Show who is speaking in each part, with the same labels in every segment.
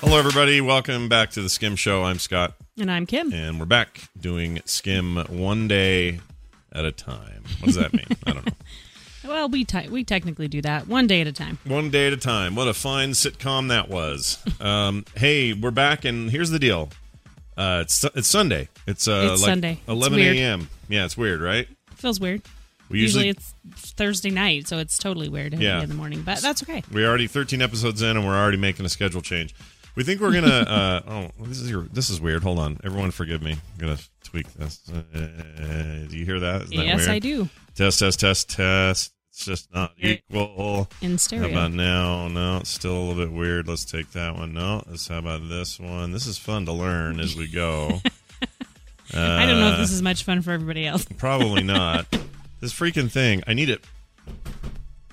Speaker 1: Hello, everybody. Welcome back to the Skim Show. I'm Scott,
Speaker 2: And I'm Kim.
Speaker 1: and we're back doing Skim one day at a time. What does that mean? I don't know.
Speaker 2: Well, we te- we technically do that one day at a time.
Speaker 1: One day at a time. What a fine sitcom that was. Um, hey, we're back, and here's the deal. Uh, it's su- it's Sunday. It's uh
Speaker 2: It's
Speaker 1: like
Speaker 2: Sunday. It's
Speaker 1: 11
Speaker 2: weird.
Speaker 1: a.m. Yeah, it's weird, right?
Speaker 2: Feels weird.
Speaker 1: We usually,
Speaker 2: it's Thursday night, so it's totally weird having
Speaker 1: Yeah.
Speaker 2: it in the morning, but that's okay.
Speaker 1: we're already 13 episodes in, and we're already making a schedule change. We think we're gonna. uh, oh, this is your, this is weird. Hold on, everyone, forgive me. I'm gonna tweak this. Uh, do you hear that? Isn't that
Speaker 2: yes,
Speaker 1: weird?
Speaker 2: I do.
Speaker 1: Test, test, test, test. It's just not
Speaker 2: Yeah.
Speaker 1: equal.
Speaker 2: In
Speaker 1: How
Speaker 2: stereo.
Speaker 1: about now? No, it's still a little bit weird. Let's take that one. No, let's, how about this one? This is fun to learn as we go. uh,
Speaker 2: I don't know if this is much fun for everybody else.
Speaker 1: Probably not. this freaking thing. I need it.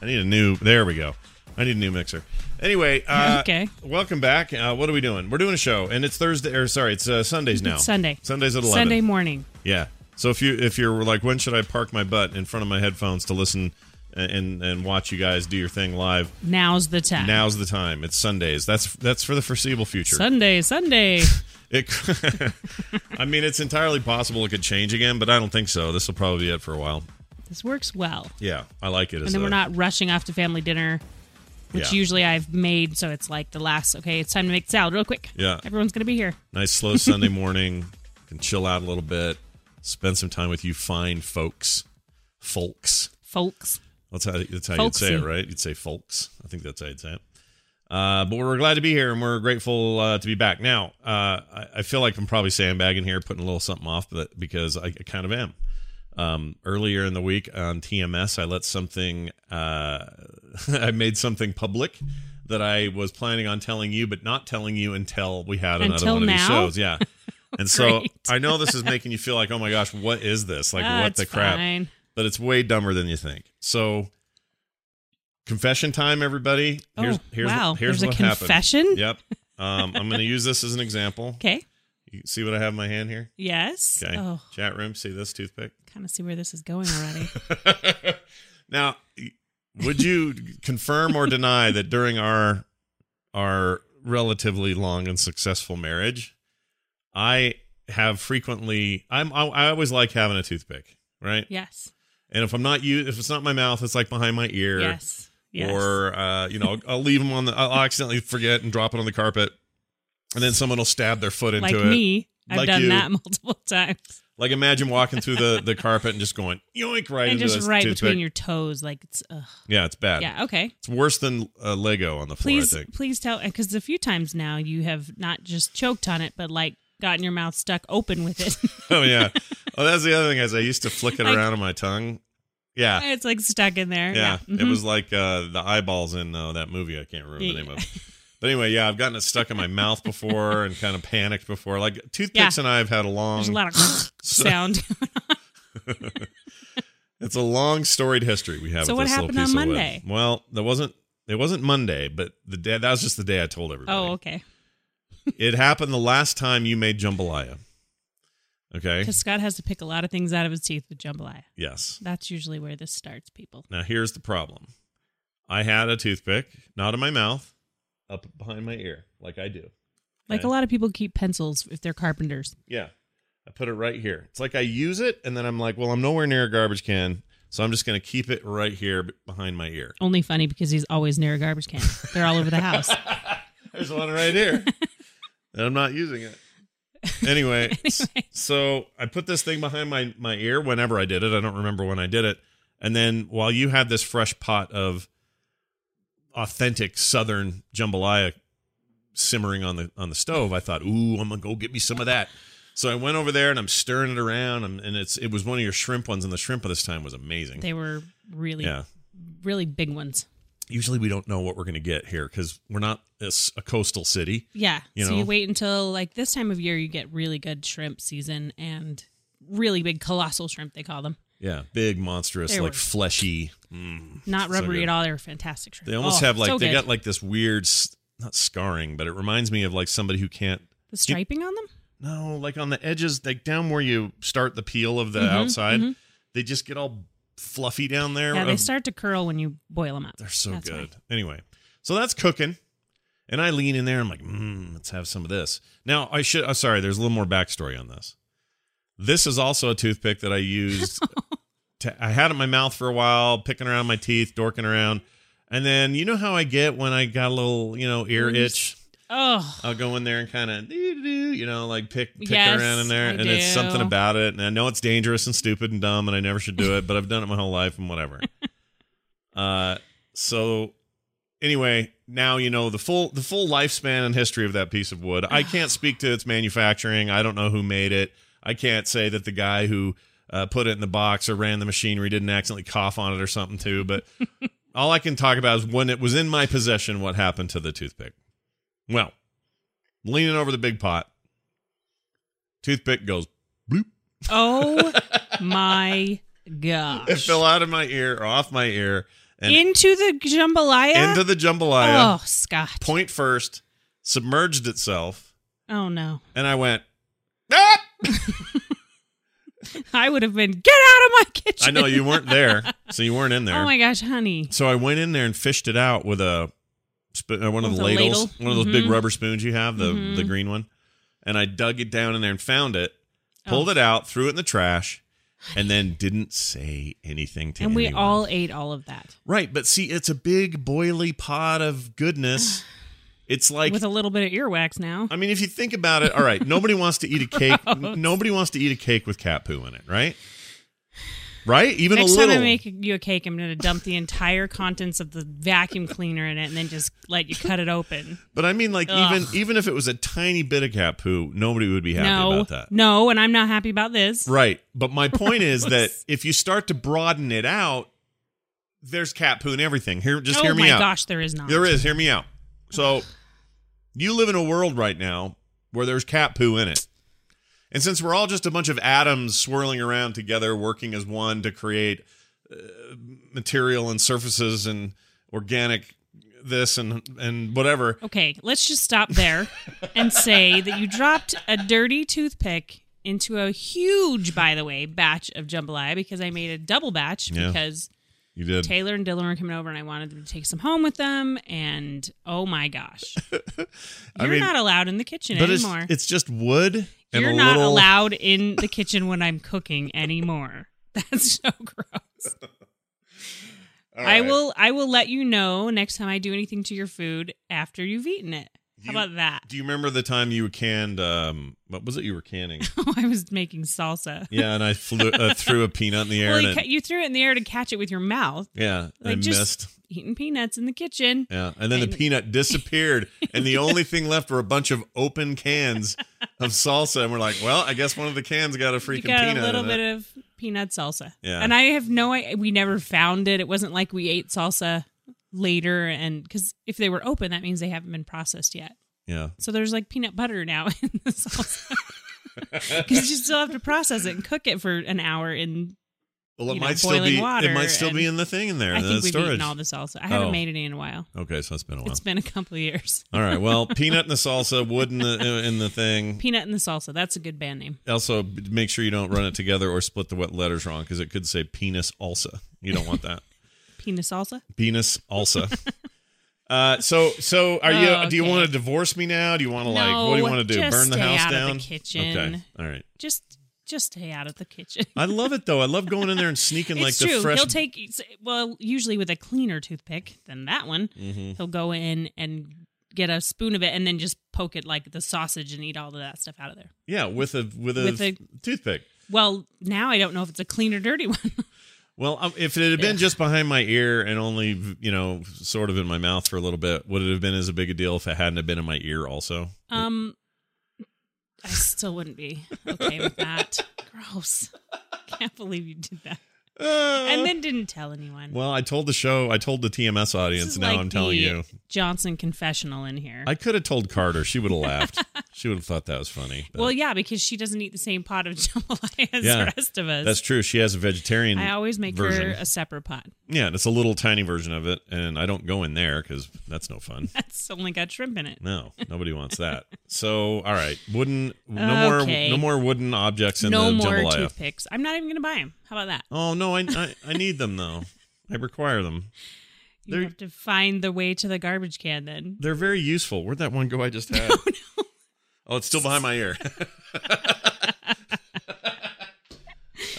Speaker 1: I need a new. There we go. I need a new mixer. Anyway, uh,
Speaker 2: Okay.
Speaker 1: Welcome back. Uh, what are we doing? We're doing a show, and it's Thursday. Or sorry, it's uh, Sundays now.
Speaker 2: It's Sunday.
Speaker 1: Sundays at eleven.
Speaker 2: Sunday morning.
Speaker 1: Yeah. So if you if you're like, when should I park my butt in front of my headphones to listen and and, and watch you guys do your thing live?
Speaker 2: Now's the time.
Speaker 1: Now's the time. It's Sundays. That's that's for the foreseeable future.
Speaker 2: Sunday, Sunday.
Speaker 1: It, I mean, it's entirely possible it could change again, but I don't think so. This will probably be it for a while.
Speaker 2: this works well.
Speaker 1: Yeah, I like it. As
Speaker 2: And then
Speaker 1: a-
Speaker 2: we're not rushing off to family dinner, which
Speaker 1: Yeah.
Speaker 2: usually I've made, so it's like the last, okay, it's time to make salad real quick.
Speaker 1: Yeah.
Speaker 2: Everyone's going to be here.
Speaker 1: nice slow Sunday morning. Can chill out a little bit. Spend some time with you fine folks, folks.
Speaker 2: Folks.
Speaker 1: That's how that's how
Speaker 2: Folksy.
Speaker 1: you'd say it, right? You'd say folks. I think that's how you'd say it. Uh, but we're glad to be here, and we're grateful uh, to be back. Now, uh, I, I feel like I'm probably sandbagging here, putting a little something off, but because I, I kind of am. Um, earlier in the week on TMS, I let something. Uh, I made something public that I was planning on telling you, but not telling you until we had another
Speaker 2: Until
Speaker 1: one of these
Speaker 2: now?
Speaker 1: shows. Yeah. And so
Speaker 2: Great.
Speaker 1: I know this is making you feel like, oh my gosh, what is this? Like,
Speaker 2: Ah,
Speaker 1: what
Speaker 2: it's
Speaker 1: the crap?
Speaker 2: fine.
Speaker 1: but it's way dumber than you think. So, confession time, everybody.
Speaker 2: Oh, wow.
Speaker 1: Here's
Speaker 2: There's a
Speaker 1: what
Speaker 2: confession?
Speaker 1: Happened. Yep. Um, I'm going to use this as an example.
Speaker 2: Okay.
Speaker 1: You see what I have in my hand here?
Speaker 2: Yes.
Speaker 1: Okay.
Speaker 2: Oh,
Speaker 1: Chat room. See this toothpick?
Speaker 2: kind of see where this is going already.
Speaker 1: now, would you confirm or deny that during our our relatively long and successful marriage, I have frequently I'm I, I always like having a toothpick, right?
Speaker 2: yes.
Speaker 1: And if I'm not you, if it's not my mouth, it's like behind my ear.
Speaker 2: Yes. Yes.
Speaker 1: Or uh, you know, I'll leave them on the. I'll accidentally forget and drop it on the carpet, and then someone will stab their foot into
Speaker 2: like
Speaker 1: it.
Speaker 2: me. I've
Speaker 1: Like
Speaker 2: done
Speaker 1: you.
Speaker 2: that multiple times.
Speaker 1: Like imagine walking through the the carpet and just going yoink right
Speaker 2: and
Speaker 1: into
Speaker 2: just
Speaker 1: this
Speaker 2: right
Speaker 1: toothpick.
Speaker 2: between your toes. Like it's, ugh.
Speaker 1: Yeah, it's bad.
Speaker 2: Yeah. Okay.
Speaker 1: It's worse than uh, Lego on the floor.
Speaker 2: Please,
Speaker 1: I think.
Speaker 2: please tell, because a few times now you have not just choked on it, but like gotten your mouth stuck open with it.
Speaker 1: Oh yeah. oh, that's the other thing is I used to flick it
Speaker 2: Like-
Speaker 1: around on my tongue. Yeah.
Speaker 2: it's like stuck in there.
Speaker 1: Yeah,
Speaker 2: Yeah.
Speaker 1: it
Speaker 2: Mhm.
Speaker 1: was like uh, the eyeballs in uh, that movie. I can't remember the name of. But anyway, yeah, I've gotten it stuck in my mouth before and kind of panicked before. Like toothpicks
Speaker 2: Yeah.
Speaker 1: and I have had a long,
Speaker 2: Mm-hmm. There's a lot of sound.
Speaker 1: it's a long storied history we have.
Speaker 2: So
Speaker 1: with
Speaker 2: what
Speaker 1: this little
Speaker 2: happened on
Speaker 1: piece of wood.
Speaker 2: Monday?
Speaker 1: Well, that wasn't it wasn't Monday, but the day that was just the day I told everybody.
Speaker 2: oh, okay.
Speaker 1: It happened the last time you made jambalaya. Okay.
Speaker 2: Because Scott has to pick a lot of things out of his teeth with jambalaya.
Speaker 1: Yes.
Speaker 2: That's usually where this starts, people.
Speaker 1: Now here's the problem. I had a toothpick, not in my mouth, up behind my ear, like I do.
Speaker 2: Like
Speaker 1: Okay.
Speaker 2: a lot of people keep pencils if they're carpenters.
Speaker 1: Yeah. I put it right here. It's like I use it and then I'm like, well, I'm nowhere near a garbage can, so I'm just going to keep it right here b- behind my ear.
Speaker 2: Only funny because he's always near a garbage can. They're all over the house.
Speaker 1: There's one right here. and I'm not using it. Anyway, s- so I put this thing behind my my ear whenever I did it. I don't remember when I did it. And then while you had this fresh pot of authentic southern jambalaya simmering on the on the stove, I thought, "Ooh, I'm going to go get me some of that." So I went over there and I'm stirring it around and and it's it was one of your shrimp ones and the shrimp of this time was amazing.
Speaker 2: They were really,
Speaker 1: yeah.
Speaker 2: really big ones.
Speaker 1: Usually we don't know what we're going to get here cuz we're not a s- a coastal city.
Speaker 2: Yeah.
Speaker 1: You
Speaker 2: so
Speaker 1: know?
Speaker 2: you wait until like this time of year, you get really good shrimp season and really big colossal shrimp, they call them.
Speaker 1: Yeah, big, monstrous,
Speaker 2: They
Speaker 1: like
Speaker 2: were-
Speaker 1: fleshy. Mm.
Speaker 2: Not
Speaker 1: So
Speaker 2: rubbery
Speaker 1: good.
Speaker 2: at all. They were fantastic shrimp.
Speaker 1: They almost
Speaker 2: Oh,
Speaker 1: have like
Speaker 2: so
Speaker 1: they
Speaker 2: good.
Speaker 1: got like this weird, s- not scarring, but it reminds me of like somebody who can't.
Speaker 2: the striping on them.
Speaker 1: No, like on the edges, like down where you start the peel of the
Speaker 2: Mhm,
Speaker 1: outside,
Speaker 2: mhm.
Speaker 1: they just get all fluffy down there.
Speaker 2: Yeah, they
Speaker 1: Of-
Speaker 2: start to curl when you boil them up.
Speaker 1: They're so
Speaker 2: That's
Speaker 1: good.
Speaker 2: why.
Speaker 1: Anyway, so that's cooking. And I lean in there. I'm like, mm, let's have some of this. Now, I should, I'm sorry, there's a little more backstory on this. This is also a toothpick that I used. to, I had it in my mouth for a while, picking around my teeth, dorking around. And then, you know how I get when I got a little, you know, ear
Speaker 2: When you
Speaker 1: itch?
Speaker 2: Oh,
Speaker 1: I'll go in there and kind of, you know, like pick, pick
Speaker 2: Yes,
Speaker 1: around in there.
Speaker 2: I
Speaker 1: and it's
Speaker 2: do.
Speaker 1: something about it. And I know it's dangerous and stupid and dumb and I never should do it, but I've done it my whole life and whatever. uh, so anyway, now you know the full the full lifespan and history of that piece of wood. I can't speak to its manufacturing. I don't know who made it. I can't say that the guy who uh, put it in the box or ran the machinery didn't accidentally cough on it or something too. But all I can talk about is when it was in my possession, what happened to the toothpick. Well, leaning over the big pot, toothpick goes bloop.
Speaker 2: oh my gosh!
Speaker 1: It fell out of my ear or off my ear and
Speaker 2: into the jambalaya.
Speaker 1: into the jambalaya.
Speaker 2: Oh, Scott.
Speaker 1: point first, submerged itself,
Speaker 2: Oh no,
Speaker 1: and I went. "Ah!"
Speaker 2: I would have been get out of my kitchen.
Speaker 1: I know you weren't there, so you weren't in there.
Speaker 2: Oh my gosh, honey.
Speaker 1: so I went in there and fished it out with a sp- uh, one of
Speaker 2: With
Speaker 1: the
Speaker 2: a
Speaker 1: ladles,
Speaker 2: ladle.
Speaker 1: one of those big
Speaker 2: Mhm.
Speaker 1: rubber spoons you have, the the
Speaker 2: Mhm.
Speaker 1: green one, and I dug it down in there and found it,
Speaker 2: Oh.
Speaker 1: pulled it out, threw it in the trash, and then didn't say anything to
Speaker 2: And we
Speaker 1: anyone.
Speaker 2: all ate all of that
Speaker 1: right, but see, it's a big boily pot of goodness. It's like
Speaker 2: with a little bit of earwax now.
Speaker 1: I mean, if you think about it, all right, nobody wants to eat a cake. Nobody wants to eat a cake with cat poo in it, right? Right? Even
Speaker 2: Next
Speaker 1: a little.
Speaker 2: time I make you a cake, I'm going to dump the entire contents of the vacuum cleaner in it, and then just let you cut it open.
Speaker 1: but I mean, like even
Speaker 2: Ugh.
Speaker 1: even if it was a tiny bit of cat poo, nobody would be happy
Speaker 2: no,
Speaker 1: about that.
Speaker 2: no, and I'm not happy about this.
Speaker 1: Right. But my point is that
Speaker 2: Gross.
Speaker 1: if you start to broaden it out, there's cat poo in everything. Here, just
Speaker 2: oh
Speaker 1: hear me
Speaker 2: my
Speaker 1: out.
Speaker 2: gosh, there is not.
Speaker 1: There is. Hear me out. So, you live in a world right now where there's cat poo in it. And since we're all just a bunch of atoms swirling around together, working as one to create uh, material and surfaces and organic this and and whatever.
Speaker 2: Okay, let's just stop there and say that you dropped a dirty toothpick into a huge, by the way, batch of jambalaya because I made a double batch
Speaker 1: Yeah.
Speaker 2: because
Speaker 1: You did.
Speaker 2: Taylor and Dylan were coming over and I wanted them to take some home with them. And oh my gosh, you're
Speaker 1: I mean,
Speaker 2: not allowed in the kitchen
Speaker 1: but it's,
Speaker 2: anymore.
Speaker 1: it's just wood and
Speaker 2: you're
Speaker 1: a
Speaker 2: not
Speaker 1: little
Speaker 2: allowed in the kitchen when I'm cooking anymore. That's so gross.
Speaker 1: All
Speaker 2: I
Speaker 1: right.
Speaker 2: will. I will let you know next time I do anything to your food after you've eaten it.
Speaker 1: You-
Speaker 2: How about that?
Speaker 1: Do you remember the time you canned um what was it you were canning?
Speaker 2: Oh, I was making salsa.
Speaker 1: yeah, and I flew uh, threw a peanut in the air
Speaker 2: Well,
Speaker 1: and
Speaker 2: you,
Speaker 1: it-
Speaker 2: ca- you threw it in the air to catch it with your mouth.
Speaker 1: yeah, and
Speaker 2: Like
Speaker 1: I
Speaker 2: just
Speaker 1: missed.
Speaker 2: eating peanuts in the kitchen.
Speaker 1: Yeah, and then the
Speaker 2: And-
Speaker 1: peanut disappeared, and the only thing left were a bunch of open cans of salsa, and we're like, "Well, I guess one of the cans got a
Speaker 2: You
Speaker 1: freaking
Speaker 2: got a
Speaker 1: peanut."
Speaker 2: little
Speaker 1: in
Speaker 2: bit
Speaker 1: it.
Speaker 2: of peanut salsa.
Speaker 1: Yeah.
Speaker 2: And I have no I We never found it. It wasn't like we ate salsa later and because if they were open that means they haven't been processed yet
Speaker 1: Yeah.
Speaker 2: so there's like peanut butter now in the salsa because you still have to process it and cook it for an hour in
Speaker 1: Well, it
Speaker 2: You know,
Speaker 1: might still
Speaker 2: boiling
Speaker 1: be. It
Speaker 2: water
Speaker 1: might still be
Speaker 2: and-
Speaker 1: in the thing in there.
Speaker 2: i
Speaker 1: in
Speaker 2: think
Speaker 1: the
Speaker 2: we've
Speaker 1: storage.
Speaker 2: eaten all the salsa i haven't
Speaker 1: Oh.
Speaker 2: made any in a while
Speaker 1: Okay, so it's been a while.
Speaker 2: it's been a couple of years
Speaker 1: all right. Well, peanut in the salsa, wood in the in the thing.
Speaker 2: peanut and the salsa that's a good band name
Speaker 1: Also, b- make sure you don't run it together or split the wet letters wrong because it could say penis also. You don't want that.
Speaker 2: penis salsa
Speaker 1: penis also. Uh, so so are you?
Speaker 2: Oh,
Speaker 1: Do you
Speaker 2: okay.
Speaker 1: want to divorce me now? Do you want to like? what do you
Speaker 2: No,
Speaker 1: want to do?
Speaker 2: just
Speaker 1: Burn the
Speaker 2: stay
Speaker 1: house
Speaker 2: out of the
Speaker 1: down?
Speaker 2: kitchen.
Speaker 1: Okay. All right.
Speaker 2: just just stay out of the kitchen
Speaker 1: I love it though. I love going in there and sneaking like
Speaker 2: it's
Speaker 1: the
Speaker 2: true.
Speaker 1: fresh.
Speaker 2: He'll take well, usually with a cleaner toothpick than that one.
Speaker 1: Mm-hmm.
Speaker 2: He'll go in and get a spoon of it, and then just poke it like the sausage and eat all of that stuff out of there.
Speaker 1: yeah, with a with a,
Speaker 2: With a-
Speaker 1: toothpick.
Speaker 2: Well, now I don't know if it's a clean or dirty one.
Speaker 1: Well, um, if it had been
Speaker 2: Ugh.
Speaker 1: just behind my ear and only you know sort of in my mouth for a little bit, would it have been as a big a deal if it hadn't have been in my ear also?
Speaker 2: um, I still wouldn't be okay with that. Gross. Can't believe you did that, and then didn't tell anyone.
Speaker 1: Uh, well, I told the show, I told the TMS
Speaker 2: This
Speaker 1: audience.
Speaker 2: is
Speaker 1: Now
Speaker 2: like
Speaker 1: I'm
Speaker 2: the
Speaker 1: telling you,
Speaker 2: Johnson confessional in here.
Speaker 1: I could have told Carter. She would have laughed. she would have thought that was funny. but-
Speaker 2: well, yeah, because she doesn't eat the same pot of jambalaya as
Speaker 1: Yeah,
Speaker 2: the rest of us.
Speaker 1: That's true. She has a vegetarian.
Speaker 2: I always make
Speaker 1: version.
Speaker 2: her a separate pot.
Speaker 1: yeah, and it's a little tiny version of it, and I don't go in there because that's no fun.
Speaker 2: That's only got shrimp in it.
Speaker 1: No, nobody wants that. So, all right, wooden. No
Speaker 2: Okay.
Speaker 1: more. No more wooden objects in
Speaker 2: no
Speaker 1: the
Speaker 2: more
Speaker 1: jambalaya.
Speaker 2: toothpicks. I'm not even going to buy them. How about that?
Speaker 1: Oh no, I, I I need them though. I require them.
Speaker 2: You
Speaker 1: They're-
Speaker 2: have to find the way to the garbage can then.
Speaker 1: They're very useful. Where'd that one go I just had? Oh, it's still behind my ear.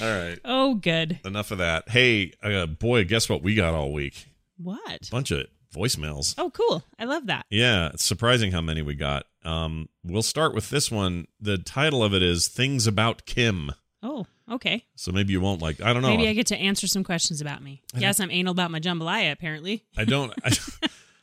Speaker 1: all right,
Speaker 2: Oh, good.
Speaker 1: enough of that. Hey, uh, boy, guess what we got all week?
Speaker 2: What?
Speaker 1: Bunch of voicemails.
Speaker 2: Oh, cool. I love that.
Speaker 1: Yeah, it's surprising how many we got. Um, we'll start with this one. The title of it is "Things About Kim,"
Speaker 2: Oh, okay.
Speaker 1: so maybe you won't like. I don't know.
Speaker 2: Maybe I get to answer some questions about me. Yes, I'm anal about my jambalaya, apparently.
Speaker 1: I don't. I,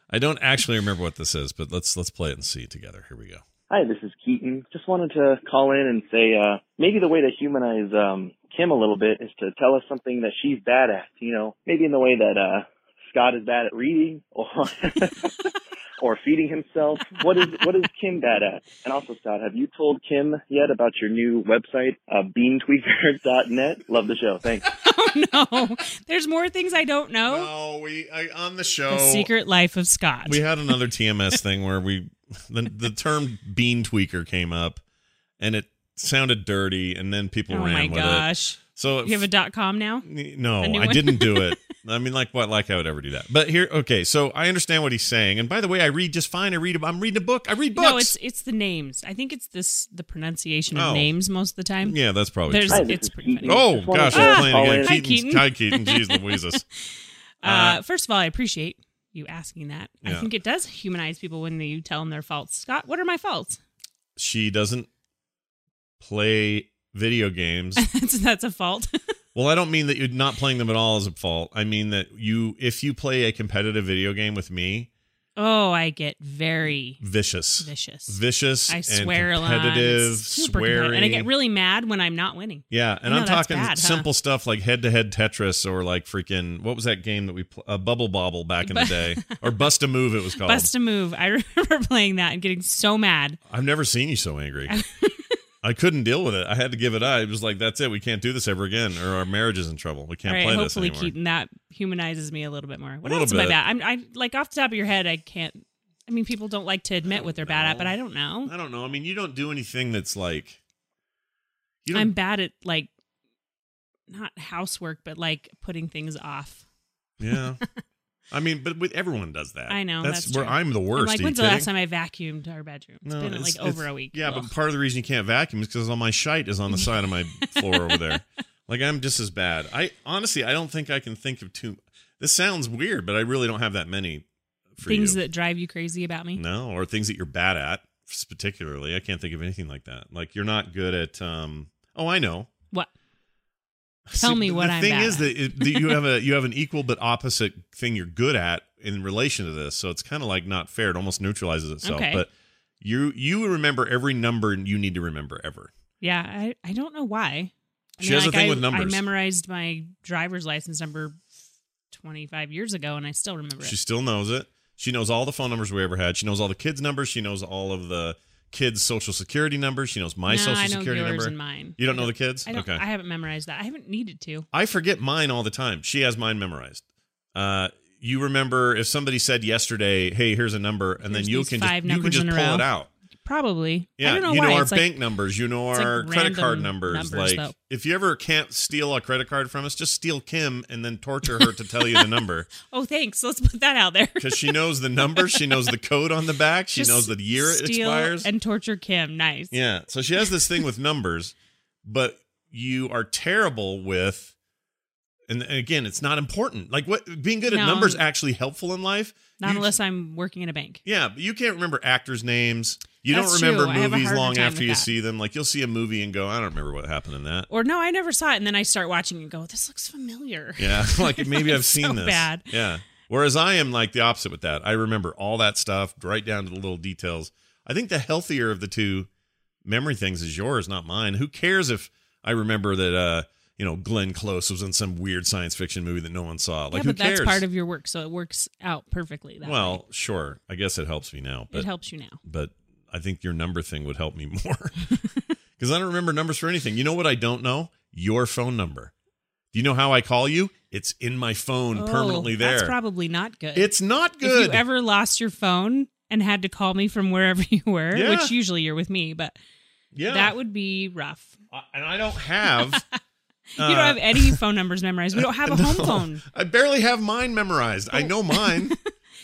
Speaker 1: I don't actually remember what this is, but let's let's play it and see together. Here we go.
Speaker 3: Hi, this is Keaton. Just wanted to call in and say uh, maybe the way to humanize um, Kim a little bit is to tell us something that she's bad at. You know, maybe in the way that uh, Scott is bad at reading or or feeding himself. What is what is Kim bad at? And also, Scott, have you told Kim yet about your new website, uh, BeanTweaker.net? Love the show. Thanks.
Speaker 2: Oh, no. There's more things I don't know.
Speaker 1: No, Oh. we I, on the show.
Speaker 2: The Secret Life of Scott.
Speaker 1: We had another TMS thing where we the the term bean tweaker came up, and it sounded dirty, and then people
Speaker 2: oh,
Speaker 1: ran
Speaker 2: my
Speaker 1: with it.
Speaker 2: gosh.
Speaker 1: So
Speaker 2: You have a dot com now?
Speaker 1: No,
Speaker 2: A new
Speaker 1: I
Speaker 2: one?
Speaker 1: didn't do it. I mean, like what? Like I would ever do that? But here, okay. So I understand what he's saying. And by the way, I read just fine. I read. a- I'm reading a book. I read books.
Speaker 2: No, it's it's the names. I think it's this the pronunciation
Speaker 1: Oh.
Speaker 2: of names most of the time.
Speaker 1: yeah, that's probably
Speaker 2: There's-
Speaker 1: true.
Speaker 3: Hi, this
Speaker 2: It's
Speaker 3: is
Speaker 2: pretty
Speaker 3: Keaton.
Speaker 1: Oh
Speaker 3: Just wanted
Speaker 1: gosh,
Speaker 3: to
Speaker 1: we're
Speaker 2: Ah,
Speaker 1: playing
Speaker 3: call in
Speaker 1: again.
Speaker 3: and
Speaker 2: Hi,
Speaker 1: Keaton's-
Speaker 2: Keaton.
Speaker 1: Hi, Keaton. Jeez, Louises. Uh,
Speaker 2: Uh, first of all, I appreciate you asking that.
Speaker 1: Yeah.
Speaker 2: I think it does humanize people when you tell them their faults. Scott, what are my faults?
Speaker 1: She doesn't play video games.
Speaker 2: that's, that's a fault.
Speaker 1: Well, I don't mean that you're not playing them at all is a fault. I mean that you, if you play a competitive video game with me,
Speaker 2: oh, I get very
Speaker 1: vicious,
Speaker 2: vicious.
Speaker 1: vicious,
Speaker 2: I
Speaker 1: and
Speaker 2: swear a lot. It's
Speaker 1: competitive,
Speaker 2: super
Speaker 1: swearing,
Speaker 2: competitive. And I get really mad when I'm not winning.
Speaker 1: Yeah, and
Speaker 2: I know
Speaker 1: I'm
Speaker 2: that's
Speaker 1: talking
Speaker 2: bad, huh?
Speaker 1: simple stuff like head-to-head Tetris or like freaking what was that game that we pl- uh, Bubble Bobble back in the
Speaker 2: Bu-
Speaker 1: day or Bust a Move it was called.
Speaker 2: Bust a move. I remember playing that and getting so mad.
Speaker 1: I've never seen you so angry. I couldn't deal with it. I had to give it up. It was like that's it. We can't do this ever again, or our marriage is in trouble. We can't
Speaker 2: All right,
Speaker 1: play this
Speaker 2: hopefully,
Speaker 1: anymore.
Speaker 2: Keaton, that humanizes me a little bit more. What
Speaker 1: Little
Speaker 2: else am I
Speaker 1: bit.
Speaker 2: bad? I'm I like off the top of your head. I can't. I mean, people don't like to admit what they're bad
Speaker 1: know.
Speaker 2: at, but I don't know.
Speaker 1: I don't know. I mean, you don't do anything that's like you don't.
Speaker 2: I'm bad at like not housework, but like putting things off.
Speaker 1: yeah. I mean, but with, everyone does that.
Speaker 2: I know,
Speaker 1: That's,
Speaker 2: that's
Speaker 1: where
Speaker 2: true.
Speaker 1: I'm the worst.
Speaker 2: I'm like,
Speaker 1: Are you
Speaker 2: when's the
Speaker 1: kidding?
Speaker 2: last time I vacuumed our bedroom? It's been
Speaker 1: it's-
Speaker 2: like over
Speaker 1: it's-
Speaker 2: a week.
Speaker 1: Yeah,
Speaker 2: Ugh.
Speaker 1: but part of the reason you can't vacuum is because all my shite is on the side of my floor over there. Like I'm just as bad. I honestly, I don't think I can think of two. This sounds weird, but I really don't have that many for
Speaker 2: things
Speaker 1: you.
Speaker 2: that drive you crazy about me.
Speaker 1: no, or things that you're bad at particularly. I can't think of anything like that. Like you're not good at. um Oh, I know.
Speaker 2: What? Tell me
Speaker 1: the-
Speaker 2: what
Speaker 1: the
Speaker 2: I'm
Speaker 1: thing
Speaker 2: bad
Speaker 1: is
Speaker 2: at.
Speaker 1: that, it, that you have a you have an equal but opposite thing you're good at in relation to this, so it's kind of like not fair. It almost neutralizes itself.
Speaker 2: Okay.
Speaker 1: But you you remember every number you need to remember ever.
Speaker 2: Yeah, I, I don't know why. I
Speaker 1: She has a
Speaker 2: like,
Speaker 1: thing
Speaker 2: I-
Speaker 1: with numbers.
Speaker 2: I memorized my driver's license number 25 years ago, and I still remember
Speaker 1: She
Speaker 2: it.
Speaker 1: still knows it. She knows all the phone numbers we ever had. She knows all the kids' numbers. She knows all of the kids' social security numbers. She knows my
Speaker 2: no,
Speaker 1: social
Speaker 2: I know
Speaker 1: security
Speaker 2: yours
Speaker 1: number.
Speaker 2: and mine.
Speaker 1: You don't
Speaker 2: I
Speaker 1: know the kids?
Speaker 2: I don't.
Speaker 1: Okay.
Speaker 2: I haven't memorized that. I haven't needed to.
Speaker 1: I forget mine all the time. She has mine memorized. Uh, you remember if somebody said yesterday, "Hey, here's a number," and
Speaker 2: Here's
Speaker 1: then you
Speaker 2: these
Speaker 1: can
Speaker 2: five
Speaker 1: just you can
Speaker 2: numbers
Speaker 1: just
Speaker 2: in a
Speaker 1: pull
Speaker 2: row.
Speaker 1: it out.
Speaker 2: Probably.
Speaker 1: Yeah,
Speaker 2: I don't know
Speaker 1: you
Speaker 2: why.
Speaker 1: know our
Speaker 2: it's like,
Speaker 1: bank numbers, you know
Speaker 2: it's like
Speaker 1: our credit card
Speaker 2: random
Speaker 1: numbers.
Speaker 2: numbers,
Speaker 1: like,
Speaker 2: though.
Speaker 1: if you ever can't steal a credit card from us, just steal Kim and then torture her to tell you the number
Speaker 2: oh, thanks. Let's put that out there.
Speaker 1: because she knows the number, she knows the code on the back, she
Speaker 2: Just
Speaker 1: knows the year it
Speaker 2: steal
Speaker 1: expires.
Speaker 2: and torture Kim. Nice.
Speaker 1: Yeah. So she has this thing with numbers, but you are terrible with and and again, it's not important. Like what being good at
Speaker 2: No.
Speaker 1: numbers actually helpful in life?
Speaker 2: Not
Speaker 1: You-
Speaker 2: unless I'm working in a bank.
Speaker 1: Yeah, but you can't remember actors' names. You
Speaker 2: That's
Speaker 1: don't remember
Speaker 2: true. I have a
Speaker 1: movies
Speaker 2: harder
Speaker 1: long
Speaker 2: time
Speaker 1: after
Speaker 2: with
Speaker 1: you
Speaker 2: that.
Speaker 1: see them. Like you'll see a movie and go, I don't remember what happened in that.
Speaker 2: Or no, I never saw it, and then I start watching and go, "This looks familiar."
Speaker 1: Yeah, like maybe I've
Speaker 2: It's
Speaker 1: seen
Speaker 2: so
Speaker 1: this.
Speaker 2: bad.
Speaker 1: Yeah. Whereas I am like the opposite with that. I remember all that stuff right down to the little details. I think the healthier of the two memory things is yours, not mine. Who cares if I remember that uh, you know, Glenn Close was in some weird science fiction movie that no one saw. Like
Speaker 2: yeah,
Speaker 1: who
Speaker 2: but
Speaker 1: cares?
Speaker 2: that's part of your work, so it works out perfectly. That
Speaker 1: well, sure. I guess it helps me now,
Speaker 2: way.
Speaker 1: but
Speaker 2: it helps you now.
Speaker 1: but I think your number thing would help me more. Cuz I don't remember numbers for anything. You know what I don't know? Your phone number. Do you know how I call you? It's in my phone
Speaker 2: Oh,
Speaker 1: permanently there.
Speaker 2: That's probably not good.
Speaker 1: It's not
Speaker 2: If
Speaker 1: good.
Speaker 2: you ever lost your phone and had to call me from wherever you were,
Speaker 1: Yeah.
Speaker 2: which usually you're with me, but
Speaker 1: yeah.
Speaker 2: that would be rough.
Speaker 1: I- and I don't have.
Speaker 2: you
Speaker 1: Uh,
Speaker 2: don't have any phone numbers memorized. We don't have a home phone.
Speaker 1: I barely have mine memorized. I know mine.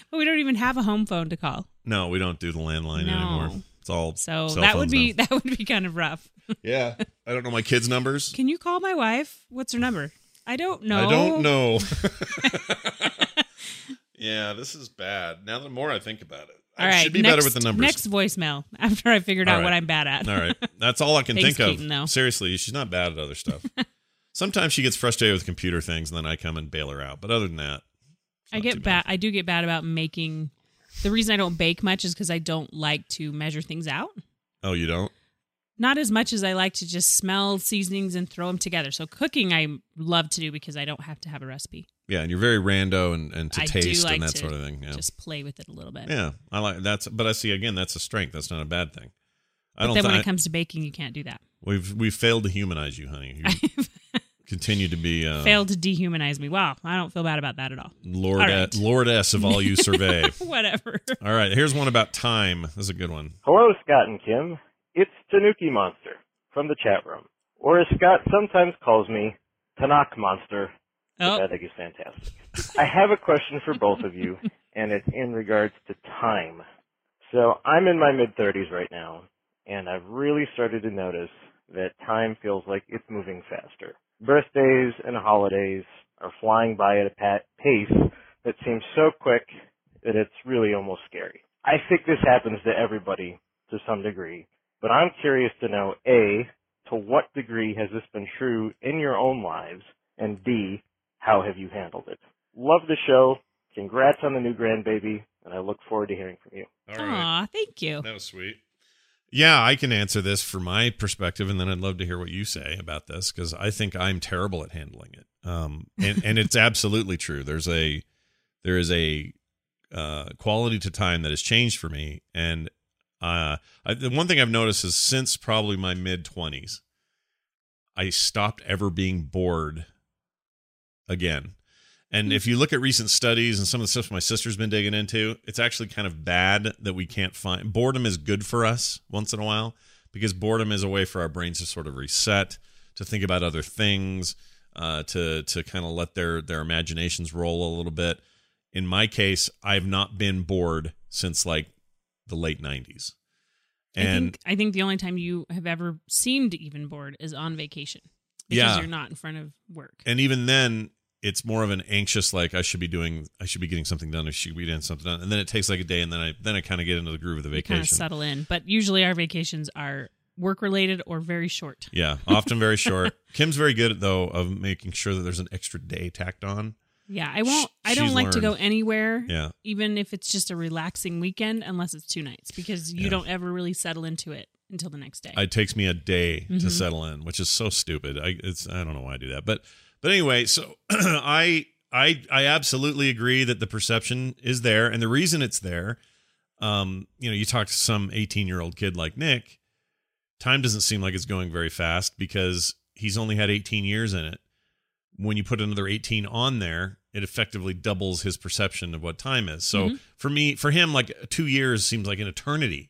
Speaker 2: But we don't even have a home phone to call.
Speaker 1: no, we don't do the landline
Speaker 2: No.
Speaker 1: anymore. It's all
Speaker 2: So
Speaker 1: cell
Speaker 2: that would
Speaker 1: phones
Speaker 2: be
Speaker 1: now.
Speaker 2: that would be kind of rough.
Speaker 1: yeah. I don't know my kids' numbers.
Speaker 2: Can you call my wife? What's her number? I don't know.
Speaker 1: I don't know. yeah, this is bad. Now the more I think about it,
Speaker 2: All
Speaker 1: I
Speaker 2: right,
Speaker 1: should be
Speaker 2: next,
Speaker 1: better with the numbers.
Speaker 2: Next voicemail after I figured
Speaker 1: All
Speaker 2: out what
Speaker 1: right.
Speaker 2: I'm bad at.
Speaker 1: All right. That's all I can
Speaker 2: Thanks,
Speaker 1: think
Speaker 2: Keaton,
Speaker 1: of.
Speaker 2: though.
Speaker 1: Seriously, she's not bad at other stuff. Sometimes she gets frustrated with computer things and then I come and bail her out. But other than that,
Speaker 2: I
Speaker 1: not too
Speaker 2: get bad.
Speaker 1: bad.
Speaker 2: I do get bad about making. The reason I don't bake much is because I don't like to measure things out.
Speaker 1: oh, you don't?
Speaker 2: Not as much as I like to just smell seasonings and throw them together. So cooking, I love to do because I don't have to have a recipe.
Speaker 1: Yeah, and you're very rando and, and to
Speaker 2: I do
Speaker 1: taste
Speaker 2: like
Speaker 1: and that
Speaker 2: to
Speaker 1: sort of thing. Yeah.
Speaker 2: Just play with it a little bit.
Speaker 1: yeah, I like that's, but I see again that's a strength. That's not a bad thing. I
Speaker 2: But
Speaker 1: don't
Speaker 2: then when it
Speaker 1: think
Speaker 2: comes to baking, you can't do that.
Speaker 1: we've we've failed to humanize you, honey. You
Speaker 2: I've
Speaker 1: continue to be uh,
Speaker 2: failed to dehumanize me. Wow, I don't feel bad about that at all.
Speaker 1: Lord
Speaker 2: All right.
Speaker 1: Lordess of all you survey.
Speaker 2: Whatever.
Speaker 1: all right, here's one about time. This is a good one.
Speaker 4: Hello, Scott and Kim. It's Tanuki Monster from the chat room, or as Scott sometimes calls me, Tanakh Monster, which
Speaker 2: Oh,
Speaker 4: I think is fantastic. I have a question for both of you, and it's in regards to time. So I'm in my mid 30s right now, and I've really started to notice that time feels like it's moving faster. Birthdays and holidays are flying by at a pat- pace that seems so quick that it's really almost scary. I think this happens to everybody to some degree, but I'm curious to know A, to what degree has this been true in your own lives, and B, how have you handled it? Love the show. Congrats on the new grandbaby, and I look forward to hearing from you.
Speaker 1: All right,
Speaker 2: aw, thank you.
Speaker 1: that was sweet. Yeah, I can answer this from my perspective, and then I'd love to hear what you say about this because I think I'm terrible at handling it. Um, and and it's absolutely true. There's a there is a uh, quality to time that has changed for me, and uh, I, the one thing I've noticed is since probably my mid twenties, I stopped ever being bored again. And if you look at recent studies and some of the stuff my sister's been digging into, it's actually kind of bad that we can't find boredom is good for us once in a while because boredom is a way for our brains to sort of reset, to think about other things, uh, to to kind of let their their imaginations roll a little bit. In my case, I've not been bored since like the late '90s,
Speaker 2: I
Speaker 1: and
Speaker 2: think I think the only time you have ever seemed even bored is on vacation because
Speaker 1: Yeah.
Speaker 2: you're not in front of work.
Speaker 1: and even then it's more of an anxious like i should be doing i should be getting something done i should be doing something done and then it takes like a day and then i then i kind of get into the groove of the
Speaker 2: You kind of
Speaker 1: vacation
Speaker 2: settle in, but usually our vacations are work related or very short.
Speaker 1: yeah often very short kim's very good though of making sure that there's an extra day tacked on
Speaker 2: Yeah, I won't.
Speaker 1: Sh-
Speaker 2: I don't
Speaker 1: she's
Speaker 2: like to go
Speaker 1: learned.
Speaker 2: anywhere,
Speaker 1: yeah
Speaker 2: even if it's just a relaxing weekend, unless it's two nights because you
Speaker 1: Yeah.
Speaker 2: don't ever really settle into it until the next day.
Speaker 1: it takes me a day to
Speaker 2: Mhm.
Speaker 1: settle in which is so stupid i it's i don't know why i do that but but anyway so i I I absolutely agree that the perception is there, and the reason it's there, um, you know, you talk to some 18 year old kid like Nick, time doesn't seem like it's going very fast because he's only had 18 years in it. When you put another 18 on there, it effectively doubles his perception of what time is. So for me, for him, like two years seems like an eternity.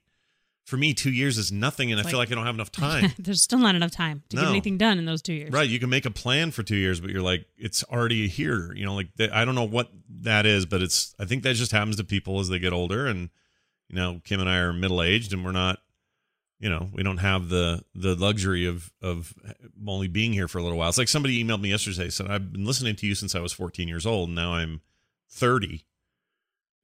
Speaker 1: For me, two years is nothing, and I feel like I don't have enough time.
Speaker 2: There's still not enough time to
Speaker 1: No.
Speaker 2: get anything done in those two years.
Speaker 1: Right. You can make a plan for two years, but you're like, it's already here. You know, like th- I don't know what that is, but it's, I think that just happens to people as they get older. And, you know, Kim and I are middle aged and we're not, you know, we don't have the, the luxury of, of only being here for a little while. It's like somebody emailed me yesterday, said, I've been listening to you since I was 14 years old. And now I'm 30.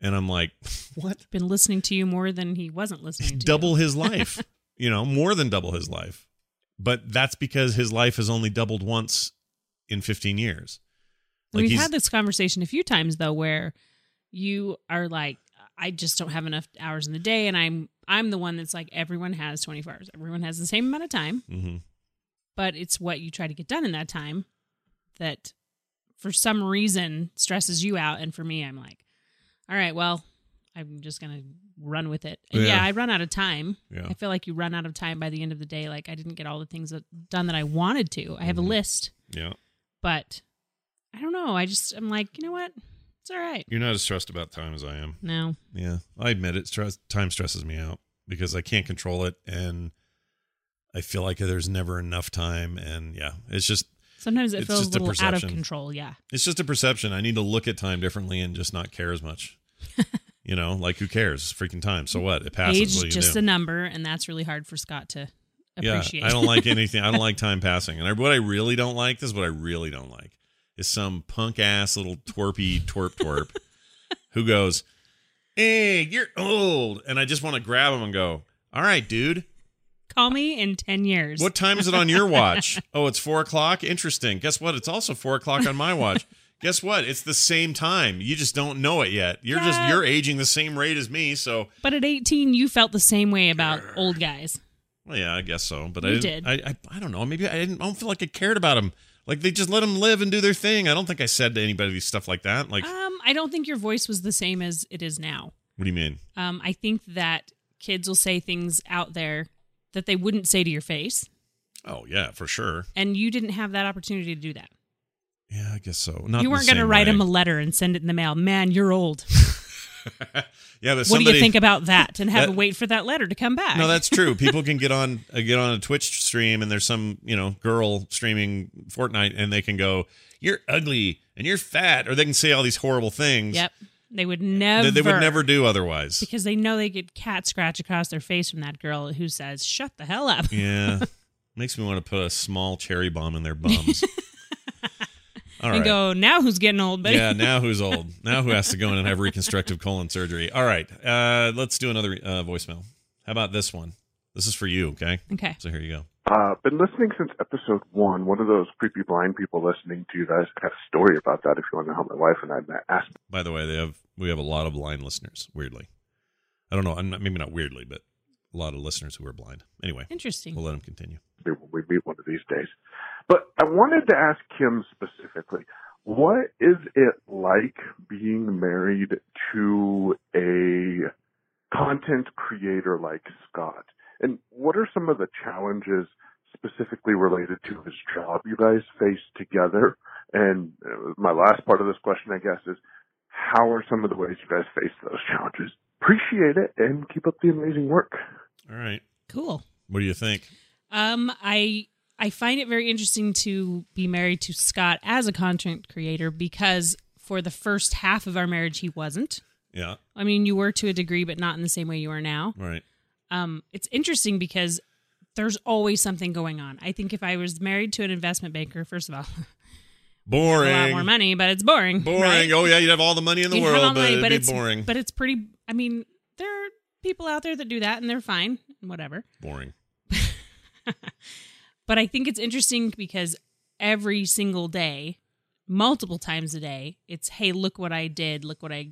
Speaker 1: And I'm like, what?
Speaker 2: Been listening to you more than he wasn't listening to. you.
Speaker 1: double his life, you know, more than double his life. But that's because his life has only doubled once in 15 years. Like
Speaker 2: We've
Speaker 1: he's-
Speaker 2: had this conversation a few times though, where you are like, I just don't have enough hours in the day, and I'm I'm the one that's like, everyone has 24 hours. Everyone has the same amount of time,
Speaker 1: Mhm.
Speaker 2: but it's what you try to get done in that time that, for some reason, stresses you out. And for me, I'm like, all right, well, I'm just gonna run with it. And yeah,
Speaker 1: Yeah.
Speaker 2: I run out of time.
Speaker 1: Yeah.
Speaker 2: I feel like you run out of time by the end of the day. Like I didn't get all the things that, done that I wanted to. I have
Speaker 1: Mm-hmm.
Speaker 2: a list
Speaker 1: Yeah.
Speaker 2: but I don't know. I just I'm like, you know what? It's all right.
Speaker 1: You're not as stressed about time as I am.
Speaker 2: No,
Speaker 1: Yeah. I admit it. Stress, time stresses me out because I can't control it. And I feel like there's never enough time. And yeah, it's just,
Speaker 2: sometimes it
Speaker 1: It's
Speaker 2: feels
Speaker 1: just
Speaker 2: a
Speaker 1: a
Speaker 2: little out of
Speaker 1: perception.
Speaker 2: control. Yeah,
Speaker 1: it's just a perception. I need to look at time differently and just not care as much. you know, like who cares? It's freaking time. So what? It passes.
Speaker 2: age
Speaker 1: What do
Speaker 2: is
Speaker 1: you
Speaker 2: just
Speaker 1: do?
Speaker 2: a number, and that's really hard for Scott to appreciate.
Speaker 1: Yeah, I don't like anything. I don't like time passing. And I, what I really don't like, this is what I really don't like, is some punk ass little twerpy twerp twerp who goes, Hey, you're old. And I just want to grab him and go, All right, dude,
Speaker 2: Call me in ten years.
Speaker 1: what time is it on your watch? Oh, it's four o'clock. Interesting. Guess what? It's also four o'clock on my watch. Guess what? It's the same time. You just don't know it yet. You're just,
Speaker 2: Yeah.
Speaker 1: you're aging the same rate as me. So,
Speaker 2: But at 18, you felt the same way about old guys.
Speaker 1: Well, yeah, I guess so. But I
Speaker 2: You
Speaker 1: didn't, I, I I don't know. Maybe I didn't. I don't feel like I cared about him. Like they just let him live and do their thing. I don't think I said to anybody stuff like that. Like,
Speaker 2: Um, I don't think your voice was the same as it is now.
Speaker 1: what do you mean?
Speaker 2: Um, I think that kids will say things out there that they wouldn't say to your face,
Speaker 1: Oh yeah, for sure.
Speaker 2: and you didn't have that opportunity to do that.
Speaker 1: Yeah, I guess so. Not
Speaker 2: you
Speaker 1: in
Speaker 2: weren't going
Speaker 1: the same
Speaker 2: to write
Speaker 1: way.
Speaker 2: him a letter and send it in the mail. Man, you're old.
Speaker 1: yeah, but
Speaker 2: what do
Speaker 1: somebody-
Speaker 2: you think about that? And have
Speaker 1: That-
Speaker 2: to wait for that letter to come back.
Speaker 1: No, that's true. People can get on uh, get on a Twitch stream and there's some you know girl streaming Fortnite and they can go, "You're ugly and you're fat," or they can say all these horrible things
Speaker 2: Yep. They would
Speaker 1: that
Speaker 2: never.
Speaker 1: they would never do otherwise.
Speaker 2: Because they know they get cat scratch across their face from that girl who says, shut the hell up.
Speaker 1: Yeah. Makes me want to put a small cherry bomb in their bums. All right.
Speaker 2: and go, now who's getting old, buddy?
Speaker 1: yeah, now who's old? Now who has to go in and have reconstructive colon surgery? All right. Uh, let's do another uh, voicemail. How about this one? This is for you, okay?
Speaker 2: Okay.
Speaker 1: So here you go.
Speaker 5: Uh, been listening since episode one. One of those creepy blind people listening to you guys had a story about that. If you want to know how my wife and I met, asked
Speaker 1: By the way, they have we have a lot of blind listeners, weirdly. I don't know, I'm not, maybe not weirdly, but a lot of listeners who are blind. Anyway,
Speaker 2: Interesting.
Speaker 1: we'll let him continue.
Speaker 5: me when we meet one of these days. But I wanted to ask Kim specifically, what is it like being married to a content creator like Scott? And what are some of the challenges specifically related to his job you guys face together? And uh, my last part of this question, I guess, is how are some of the ways you guys face those challenges? Appreciate it and keep up the amazing work.
Speaker 1: All right.
Speaker 2: cool.
Speaker 1: What do you think?
Speaker 2: Um, I I find it very interesting to be married to Scott as a content creator because for the first half of our marriage, he wasn't.
Speaker 1: Yeah.
Speaker 2: I mean, you were to a degree, but not in the same way you are now.
Speaker 1: All right.
Speaker 2: um, it's interesting because there's always something going on. I think if I was married to an investment banker, first of all, a
Speaker 1: Boring.
Speaker 2: lot more money, but it's boring.
Speaker 1: Boring.
Speaker 2: right?
Speaker 1: Oh yeah, you'd have all the money in the
Speaker 2: You'd have all
Speaker 1: world,
Speaker 2: the
Speaker 1: but
Speaker 2: money,
Speaker 1: it'd
Speaker 2: but
Speaker 1: be
Speaker 2: it's
Speaker 1: boring.
Speaker 2: But it's pretty. I mean, there are people out there that do that, and they're fine, whatever.
Speaker 1: boring.
Speaker 2: But I think it's interesting because every single day, multiple times a day, it's hey, look what I did. Look what I.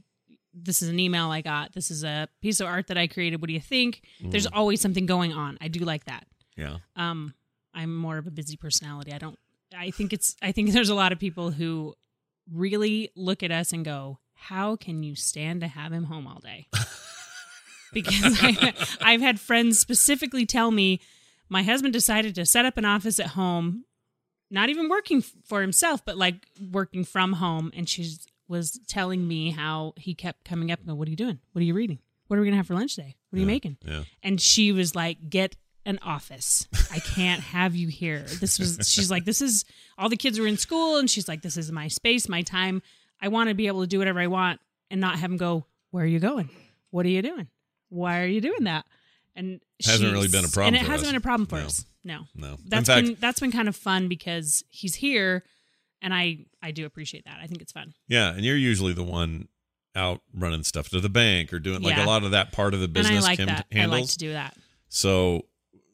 Speaker 2: This is an email I got. This is a piece of art that I created. What do you think? There's always something going on. I do like that.
Speaker 1: Yeah.
Speaker 2: um i'm more of a busy personality i don't i think it's i think there's a lot of people who really look at us and go, how can you stand to have him home all day? because I, I've had friends specifically tell me my husband decided to set up an office at home, not even working f- for himself, but like working from home. And she was telling me how he kept coming up and going, What are you doing? What are you reading? What are we going to have for lunch today? What are you making?
Speaker 1: Yeah.
Speaker 2: And she was like, Get an office. I can't have you here. This was, she's like, This is all the kids were in school. And she's like, This is my space, my time. I want to be able to do whatever I want and not have him go, Where are you going? What are you doing? Why are you doing that? And
Speaker 1: Hasn't
Speaker 2: she's-
Speaker 1: really been a problem
Speaker 2: And it
Speaker 1: for
Speaker 2: hasn't
Speaker 1: us.
Speaker 2: been a problem for
Speaker 1: No.
Speaker 2: us. No.
Speaker 1: No.
Speaker 2: That's
Speaker 1: In fact,
Speaker 2: been that's been kind of fun because he's here and I I do appreciate that. I think it's fun.
Speaker 1: yeah, and you're usually the one out running stuff to the bank or doing like
Speaker 2: Yeah.
Speaker 1: a lot of that part of the business
Speaker 2: and I like
Speaker 1: Kim
Speaker 2: that. I like
Speaker 1: handles.
Speaker 2: to do that.
Speaker 1: So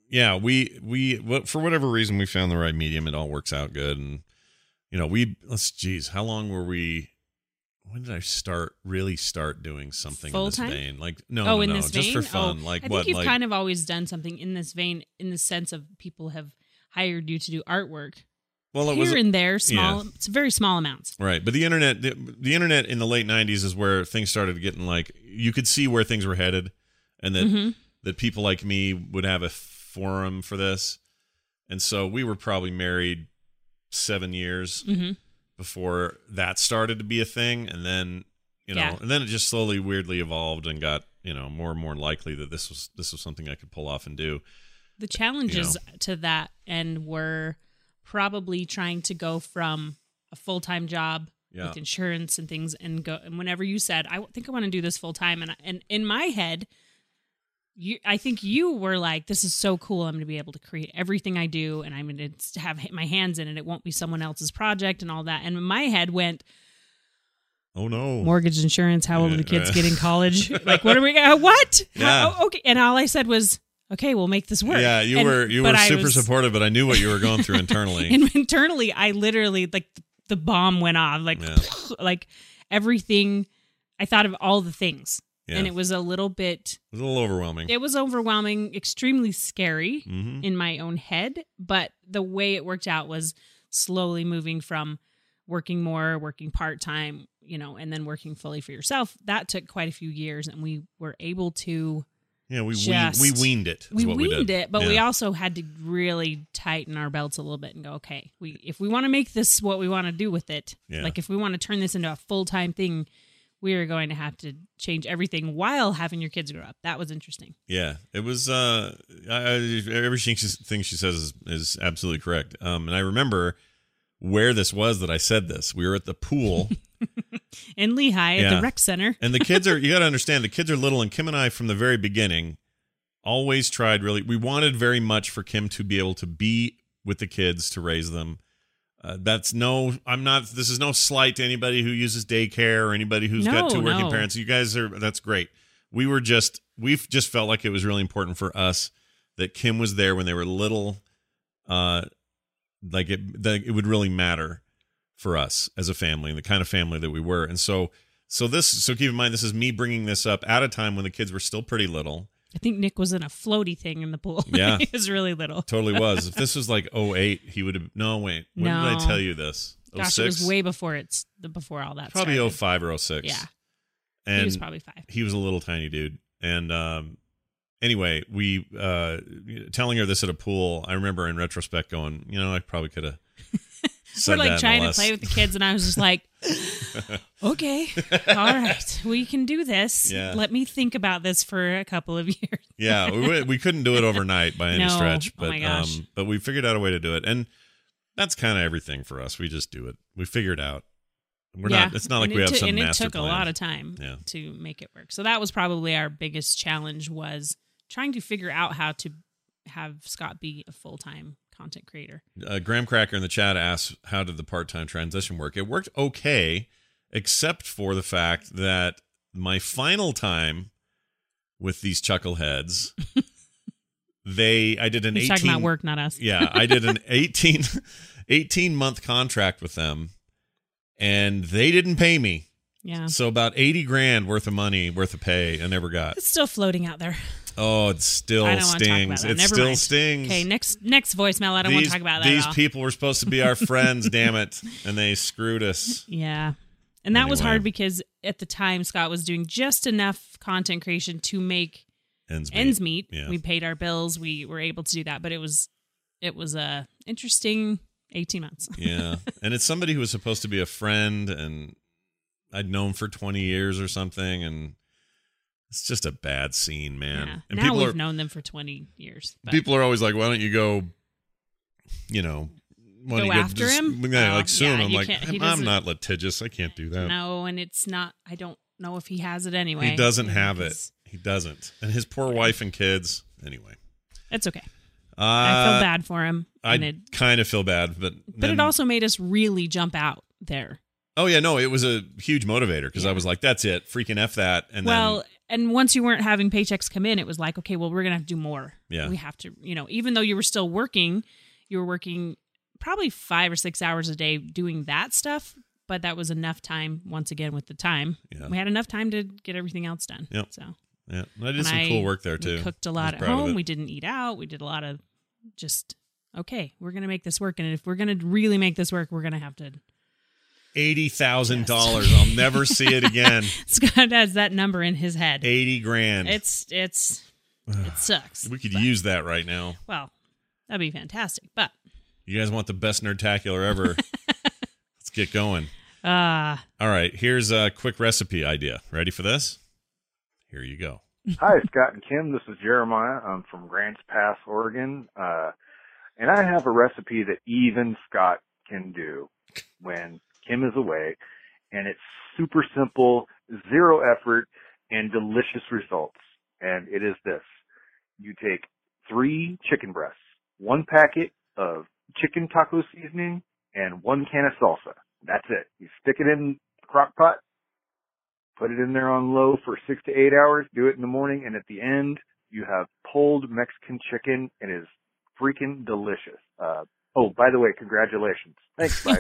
Speaker 1: yeah, we we wh- for whatever reason we found the right medium. It all works out good, and you know we let's geez, how long were we? When did I start really start doing something in this
Speaker 2: Full-time?
Speaker 1: vein? Like no,
Speaker 2: oh,
Speaker 1: no,
Speaker 2: in
Speaker 1: no,
Speaker 2: this
Speaker 1: just
Speaker 2: vein.
Speaker 1: for fun.
Speaker 2: Oh, I
Speaker 1: like
Speaker 2: think
Speaker 1: what?
Speaker 2: you've
Speaker 1: Like
Speaker 2: kind of always done something in this vein, in the sense of people have hired you to do artwork
Speaker 1: well, it
Speaker 2: here
Speaker 1: was
Speaker 2: and there, small.
Speaker 1: yeah.
Speaker 2: It's very small amounts.
Speaker 1: Right, but the internet, the, the internet in the late '90s is where things started getting like you could see where things were headed, and that
Speaker 2: Mhm.
Speaker 1: that people like me would have a forum for this, and so we were probably married seven years
Speaker 2: Mhm.
Speaker 1: before that started to be a thing, and then you know,
Speaker 2: Yeah.
Speaker 1: and then it just slowly, weirdly evolved and got you know more and more likely that this was this was something I could pull off and do.
Speaker 2: The challenges to that end were probably trying to go from a full time job
Speaker 1: Yeah,
Speaker 2: with insurance and things and go and whenever you said i think i want to do this full time and I- and in my head you i think you were like this is so cool i'm going to be able to create everything i do and i'm going to have h- my hands in it it won't be someone else's project and all that and my head went
Speaker 1: oh no,
Speaker 2: mortgage insurance how old are the
Speaker 1: Yeah,
Speaker 2: kids
Speaker 1: right.
Speaker 2: get in college like what are we uh, what
Speaker 1: Yeah.
Speaker 2: How- okay and all i said was okay we'll make this work
Speaker 1: yeah, you
Speaker 2: And-
Speaker 1: were you
Speaker 2: but
Speaker 1: were
Speaker 2: I
Speaker 1: super
Speaker 2: was-
Speaker 1: supportive, but I knew what you were going through internally.
Speaker 2: and internally, I literally like the bomb went off, like
Speaker 1: Yeah.
Speaker 2: like everything. I thought of all the things,
Speaker 1: yeah,
Speaker 2: and
Speaker 1: it
Speaker 2: it was a little bit.
Speaker 1: was a little overwhelming.
Speaker 2: It was overwhelming, extremely scary
Speaker 1: mm-hmm.
Speaker 2: in my own head. But the way it worked out was slowly moving from working more, working part time, you know, and then working fully for yourself. That took quite a few years, and we were able to.
Speaker 1: Yeah, we
Speaker 2: just-
Speaker 1: we, we weaned it. is
Speaker 2: we
Speaker 1: what
Speaker 2: weaned
Speaker 1: we did.
Speaker 2: it, but
Speaker 1: yeah.
Speaker 2: we also had to really tighten our belts a little bit and go, okay, we if we want to make this what we want to do with it,
Speaker 1: Yeah.
Speaker 2: like if we want to turn this into a full time thing, we are going to have to change everything while having your kids grow up. That was interesting.
Speaker 1: Yeah, it was. Uh, I, I, everything she thing she says is, is absolutely correct. Um, and I remember where this was that I said this. We were at the pool,
Speaker 2: In Lehigh at
Speaker 1: Yeah.
Speaker 2: the rec center,
Speaker 1: and the kids are. You got to understand, the kids are little, and Kim and I from the very beginning always tried really. We wanted very much for Kim to be able to be with the kids to raise them. Uh, that's no. I'm not. This is no slight to anybody who uses daycare or anybody who's got
Speaker 2: No,
Speaker 1: two working
Speaker 2: no.
Speaker 1: parents. You guys are. That's great. we were just we've just felt like it was really important for us that Kim was there when they were little uh like it that it would really matter for us as a family and the kind of family that we were and so so this so keep in mind this is me bringing this up at a time when the kids were still pretty little
Speaker 2: I think Nick was in a floaty thing in the pool.
Speaker 1: Yeah.
Speaker 2: he was really little.
Speaker 1: totally was if this was like 08 he would have no wait when did I
Speaker 2: No.
Speaker 1: tell you this
Speaker 2: Gosh,
Speaker 1: 06
Speaker 2: it was way before it's the before all that.
Speaker 1: Oh, probably
Speaker 2: started.
Speaker 1: 05 or 06
Speaker 2: Yeah.
Speaker 1: and
Speaker 2: he was probably five.
Speaker 1: he was a little tiny dude and um anyway we uh telling her this at a pool i remember in retrospect going you know i probably could have
Speaker 2: We're like trying to play with the kids, and I was just like, okay, all right, we can do this.
Speaker 1: Yeah.
Speaker 2: Let me think about this for a couple of years.
Speaker 1: yeah we, would- we couldn't do it overnight by any
Speaker 2: No.
Speaker 1: stretch
Speaker 2: Oh
Speaker 1: but
Speaker 2: my gosh.
Speaker 1: um but we figured out a way to do it and that's kind of everything for us we just do it we figure it out we're not it's not like
Speaker 2: And
Speaker 1: we
Speaker 2: it
Speaker 1: have
Speaker 2: took-
Speaker 1: some
Speaker 2: And it
Speaker 1: master
Speaker 2: took
Speaker 1: plan
Speaker 2: a lot of time
Speaker 1: Yeah.
Speaker 2: to make it work. So that was probably our biggest challenge was trying to figure out how to have Scott be a full time content creator.
Speaker 1: uh, graham cracker in the chat asks how did the part-time transition work it worked okay except for the fact that my final time with these chuckleheads they i did an
Speaker 2: He's
Speaker 1: 18
Speaker 2: talking about work, not us.
Speaker 1: yeah i did an 18 18 month contract with them and they didn't pay me
Speaker 2: Yeah.
Speaker 1: so about 80 grand worth of money worth of pay i never got
Speaker 2: It's still floating out there.
Speaker 1: Oh, it still
Speaker 2: I don't want to talk about
Speaker 1: stings.
Speaker 2: that.
Speaker 1: It
Speaker 2: Never
Speaker 1: still
Speaker 2: mind.
Speaker 1: stings.
Speaker 2: Okay, next next voicemail. I don't want to
Speaker 1: These-
Speaker 2: talk about that.
Speaker 1: These
Speaker 2: at all.
Speaker 1: people were supposed to be our friends, damn it, and they screwed us.
Speaker 2: Yeah. And that was
Speaker 1: Anyway.
Speaker 2: hard because at the time Scott was doing just enough content creation to make
Speaker 1: Ends meet.
Speaker 2: ends meet.
Speaker 1: Yeah.
Speaker 2: We paid our bills. We were able to do that, but it was it was a interesting 18 months.
Speaker 1: yeah, and it's somebody who was supposed to be a friend, and I'd known for twenty years or something, and it's just a bad scene, man.
Speaker 2: Yeah.
Speaker 1: And
Speaker 2: Now
Speaker 1: people
Speaker 2: we've
Speaker 1: are
Speaker 2: known them for 20 years. but-
Speaker 1: people are always like, "Why don't you go?" You know, why
Speaker 2: Go
Speaker 1: don't you
Speaker 2: after
Speaker 1: just-
Speaker 2: him?
Speaker 1: Yeah,
Speaker 2: Oh,
Speaker 1: like sue
Speaker 2: yeah,
Speaker 1: him. I'm
Speaker 2: you
Speaker 1: like,
Speaker 2: can't- he
Speaker 1: I'm, I'm
Speaker 2: doesn't-
Speaker 1: not litigious. I can't do that.
Speaker 2: No, and it's not I don't know if he has it anyway.
Speaker 1: he doesn't
Speaker 2: You know,
Speaker 1: have it.
Speaker 2: because-
Speaker 1: He doesn't. And his poor wife and kids. Anyway,
Speaker 2: That's okay.
Speaker 1: uh,
Speaker 2: I feel bad for him.
Speaker 1: I
Speaker 2: and it,
Speaker 1: kind of feel bad, but
Speaker 2: but
Speaker 1: then-
Speaker 2: it also made us really jump out there.
Speaker 1: oh yeah, no, it was a huge motivator because I was like, that's it, freaking f that, and
Speaker 2: well, and once you weren't having paychecks come in, it was like, okay, well, we're gonna have to do more.
Speaker 1: Yeah.
Speaker 2: we have to, you know, even though you were still working, you were working probably five or six hours a day doing that stuff. But that was enough time. Once again, with the time,
Speaker 1: Yeah.
Speaker 2: we had enough time to get everything else done.
Speaker 1: Yep.
Speaker 2: So
Speaker 1: then yeah, and I did
Speaker 2: and
Speaker 1: some
Speaker 2: I-
Speaker 1: cool work there
Speaker 2: we
Speaker 1: too.
Speaker 2: cooked
Speaker 1: I
Speaker 2: a
Speaker 1: was
Speaker 2: lot at
Speaker 1: proud of it.
Speaker 2: home. We didn't eat out. We did a lot of just okay. We're gonna make this work, and if we're gonna really make this work, we're gonna have to.
Speaker 1: Eighty thousand dollars.
Speaker 2: Yes.
Speaker 1: I'll never see it again.
Speaker 2: Scott has that number in his head.
Speaker 1: Eighty grand.
Speaker 2: It's it's it sucks.
Speaker 1: we could use that right now.
Speaker 2: Well, that'd be fantastic. But
Speaker 1: You guys want the best nerdtacular ever? Let's get going.
Speaker 2: uh
Speaker 1: All right, here's a quick recipe idea. Ready for this? Here you go.
Speaker 5: Hi, Scott and Kim. This is Jeremiah. I'm from Grants Pass, Oregon. Uh, and I have a recipe that even Scott can do when Kim is away. And it's super simple, zero effort, and delicious results. And it is this. You take three chicken breasts, one packet of chicken taco seasoning, and one can of salsa. That's it. You stick it in the crock pot, put it in there on low for six to eight hours, do it in the morning, and at the end, you have pulled Mexican chicken. It is freaking delicious. Uh, oh, by the way, congratulations. Thanks, bye.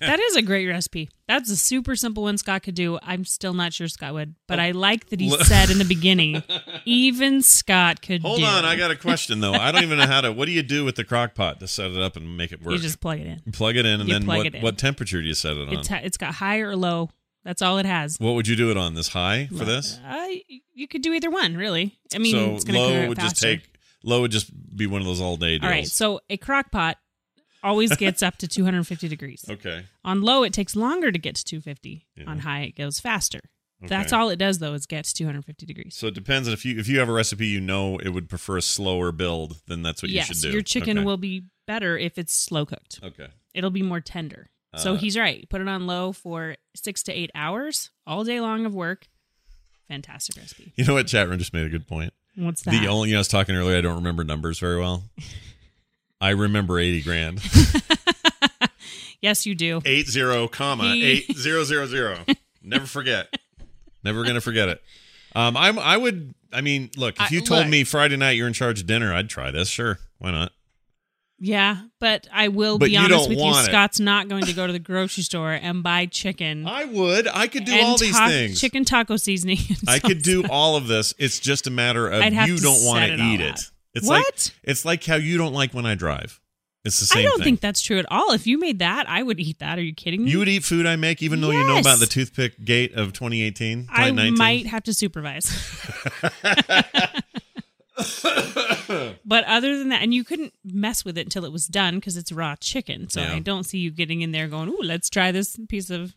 Speaker 2: that is a great recipe. That's a super simple one Scott could do. I'm still not sure Scott would, but I like that he
Speaker 1: Oh. Look-
Speaker 2: said in the beginning, even Scott could
Speaker 1: Hold
Speaker 2: do.
Speaker 1: on, I got a question though. I don't even know how to. What do you do with the crock pot to set it up and make it work?
Speaker 2: You just plug it in.
Speaker 1: plug it in, and
Speaker 2: you
Speaker 1: then
Speaker 2: plug
Speaker 1: what?
Speaker 2: it in.
Speaker 1: What temperature do you set it on?
Speaker 2: It's ha- it's got high or low. That's all it has.
Speaker 1: what would you do it on? This high for this?
Speaker 2: Uh, you could do either one, really. I mean,
Speaker 1: so
Speaker 2: it's gonna
Speaker 1: low
Speaker 2: clear it
Speaker 1: would just
Speaker 2: faster.
Speaker 1: take. Low would just be one of those all day deals.
Speaker 2: All right, so a crock pot always gets up to 250 degrees.
Speaker 1: okay.
Speaker 2: On low, it takes longer to get to 250.
Speaker 1: Yeah.
Speaker 2: On high, it goes faster.
Speaker 1: Okay.
Speaker 2: That's all it does, though, is gets 250 degrees.
Speaker 1: So it depends on if you if you have a recipe you know it would prefer a slower build, then that's what
Speaker 2: yes,
Speaker 1: you should do.
Speaker 2: your chicken
Speaker 1: Okay.
Speaker 2: will be better if it's slow cooked.
Speaker 1: Okay.
Speaker 2: It'll be more tender. so
Speaker 1: Uh,
Speaker 2: he's right. Put it on low for six to eight hours, all day long of work. Fantastic recipe.
Speaker 1: You know what? Chat room just made a good point.
Speaker 2: What's that?
Speaker 1: The only you know, I was talking earlier. I don't remember numbers very well. I remember eighty grand.
Speaker 2: yes, you do.
Speaker 1: eight zero comma
Speaker 2: He-
Speaker 1: eight zero zero zero. Never forget. Never gonna forget it. Um, I'm I would I mean look if
Speaker 2: I-
Speaker 1: you told
Speaker 2: look.
Speaker 1: me Friday night you're in charge of dinner I'd try this sure why not
Speaker 2: Yeah, but I will
Speaker 1: But
Speaker 2: be
Speaker 1: you
Speaker 2: honest
Speaker 1: don't
Speaker 2: with you.
Speaker 1: want it.
Speaker 2: Scott's not going to go to the grocery store and buy chicken.
Speaker 1: I would I could do
Speaker 2: Mm. and
Speaker 1: all these
Speaker 2: ta-
Speaker 1: things
Speaker 2: Chicken taco seasoning. and
Speaker 1: I could do
Speaker 2: salsa.
Speaker 1: all of this it's just a matter of
Speaker 2: I'd have
Speaker 1: you
Speaker 2: to
Speaker 1: don't want
Speaker 2: set
Speaker 1: to
Speaker 2: it all
Speaker 1: eat
Speaker 2: out.
Speaker 1: it it's like
Speaker 2: What?
Speaker 1: it's like how you don't like when I drive it's the same
Speaker 2: I don't
Speaker 1: thing.
Speaker 2: think that's true at all. If you made that, I would eat that. Are you kidding me?
Speaker 1: you would eat food I make even though you know
Speaker 2: Mm. Yes.
Speaker 1: about the toothpick gate of 2018
Speaker 2: I
Speaker 1: 2019?
Speaker 2: might have to supervise. but other than that, and you couldn't mess with it until it was done because it's raw chicken. So
Speaker 1: Yeah.
Speaker 2: I don't see you getting in there going, "Ooh, let's try this piece of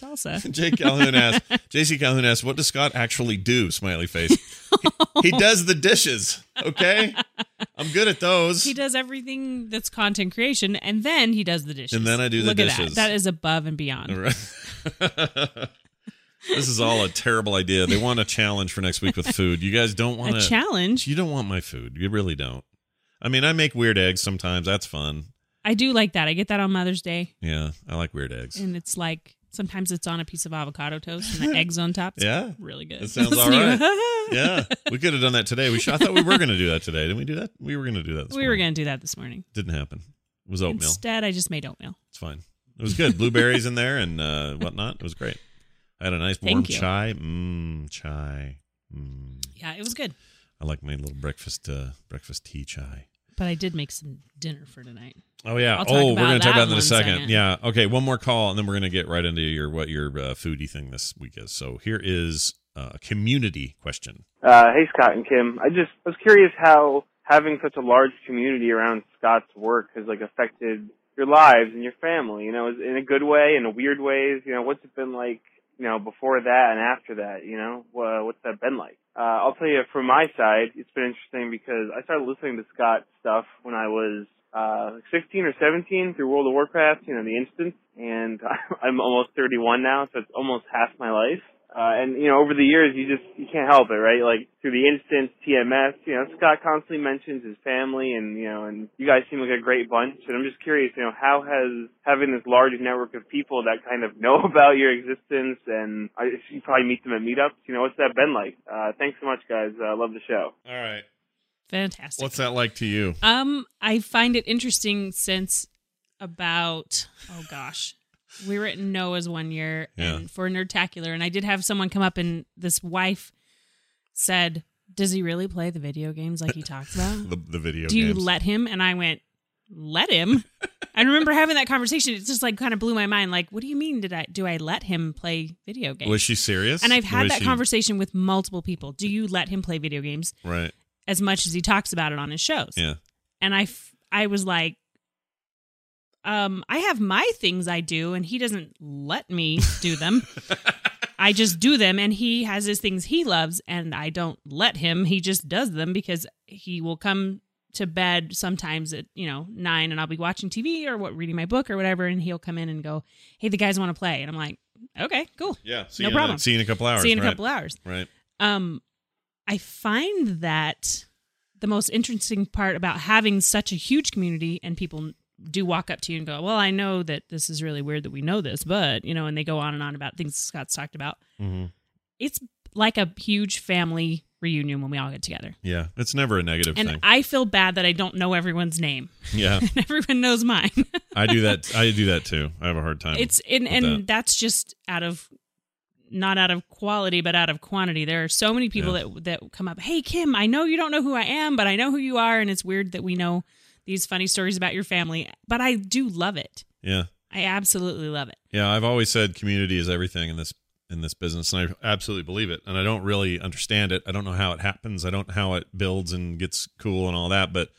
Speaker 2: salsa."
Speaker 1: Jake Calhoun asked, JC Calhoun asked, what does Scott actually do? Smiley face. He, he does the dishes. Okay. I'm good at those.
Speaker 2: he does everything that's content creation, and then he does the dishes.
Speaker 1: And then I do the
Speaker 2: Look At
Speaker 1: dishes.
Speaker 2: that. that is above and beyond.
Speaker 1: All right. this is all a terrible idea. They want a challenge for next week with food. You guys don't want
Speaker 2: A challenge.
Speaker 1: You don't want my food. You really don't. I mean, I make weird eggs sometimes. That's fun.
Speaker 2: I do like that. I get that on Mother's Day,
Speaker 1: Yeah. I like weird eggs.
Speaker 2: and it's like sometimes it's on a piece of avocado toast and the eggs on top. It's
Speaker 1: Yeah.
Speaker 2: really good.
Speaker 1: That sounds all
Speaker 2: Listening-
Speaker 1: right. yeah. We could have done that today. We should, I thought we were going to do that today. Didn't we do that? We were going to do that. This
Speaker 2: we were
Speaker 1: morning.
Speaker 2: going to do that this morning.
Speaker 1: Didn't happen. It was oatmeal.
Speaker 2: Instead, I just made oatmeal.
Speaker 1: It's fine. It was good. Blueberries in there and uh, whatnot. It was great. I had a nice warm
Speaker 2: Thank you.
Speaker 1: chai. Mmm, chai. Mm,
Speaker 2: Yeah, it was good.
Speaker 1: I like my little breakfast uh, breakfast tea chai.
Speaker 2: But I did make some dinner for tonight.
Speaker 1: Oh yeah.
Speaker 2: I'll talk
Speaker 1: oh, we're
Speaker 2: about
Speaker 1: gonna talk
Speaker 2: that
Speaker 1: about that in
Speaker 2: one
Speaker 1: a second.
Speaker 2: second.
Speaker 1: Yeah. Okay. One more call, and then we're gonna get right into your what your uh, foodie thing this week is. So here is uh, a community question.
Speaker 3: Uh, hey, Scott and Kim. I just I was curious how having such a large community around Scott's work has like affected your lives and your family. You know, is- in a good way, in a weird ways. You know, what's it been like? You know, before that and after that. You know, Wha- what's that been like? Uh, I'll tell you from my side, it's been interesting because I started listening to Scott's stuff when I was uh, 16 or 17 through World of Warcraft, you know, the instance, and I'm almost 31 now, so it's almost half my life. Uh, and you know, over the years, you just you can't help it, right? Like through the instance, TMS, you know, Scott constantly mentions his family, and you know, and you guys seem like a great bunch. And I'm just curious, you know, how has having this large network of people that kind of know about your existence, and I, you probably meet them at meetups, you know, what's that been like? Uh, thanks so much, guys. Uh, love the show.
Speaker 1: All right.
Speaker 2: Fantastic.
Speaker 1: What's that like to you?
Speaker 2: Um, I find it interesting since about oh gosh, we were at Noah's one year
Speaker 1: Yeah.
Speaker 2: and for Nerdtacular, and I did have someone come up and this wife said, "Does he really play the video games like he talks about?
Speaker 1: The, the video
Speaker 2: Do you
Speaker 1: games.
Speaker 2: let him?" And I went, "Let him." I remember having that conversation. It just like kind of blew my mind. Like, what do you mean? Did I do I let him play video games?
Speaker 1: Was she serious?
Speaker 2: and I've had
Speaker 1: Was
Speaker 2: that
Speaker 1: she-
Speaker 2: conversation with multiple people. Do you let him play video games
Speaker 1: Right.
Speaker 2: as much as he talks about it on his shows?
Speaker 1: Yeah.
Speaker 2: and I, f- I was like, um, I have my things I do, and he doesn't let me do them. I just do them, and he has his things he loves, and I don't let him. He just does them because he will come to bed sometimes at you know nine, and I'll be watching TV or what, reading my book or whatever, and he'll come in and go, "Hey, the guys want to play," and I'm like, "Okay, cool.
Speaker 1: Yeah. See
Speaker 2: No
Speaker 1: you In a,
Speaker 2: problem.
Speaker 1: see you in a couple hours.
Speaker 2: See you in a
Speaker 1: right.
Speaker 2: couple hours."
Speaker 1: Right.
Speaker 2: um i find that the most interesting part about having such a huge community and people do walk up to you and go well i know that this is really weird that we know this but you know and they go on and on about things scott's talked about
Speaker 1: Mm-hmm.
Speaker 2: it's like a huge family reunion when we all get together
Speaker 1: Yeah. It's never a negative
Speaker 2: and
Speaker 1: thing.
Speaker 2: i feel bad that i don't know everyone's name
Speaker 1: yeah.
Speaker 2: and everyone knows mine
Speaker 1: I do that. I do that too. I have a hard time.
Speaker 2: it's and,
Speaker 1: with
Speaker 2: and
Speaker 1: that.
Speaker 2: that's just out of not out of quality but out of quantity there are so many people that that come up hey kim i know you don't know who i am but i know who you are and it's weird that we know these funny stories about your family but i do love it
Speaker 1: yeah.
Speaker 2: i absolutely love it
Speaker 1: Yeah, I've always said community is everything in this in this business, and I absolutely believe it. And I don't really understand it. I don't know how it happens. I don't know how it builds and gets cool and all that. But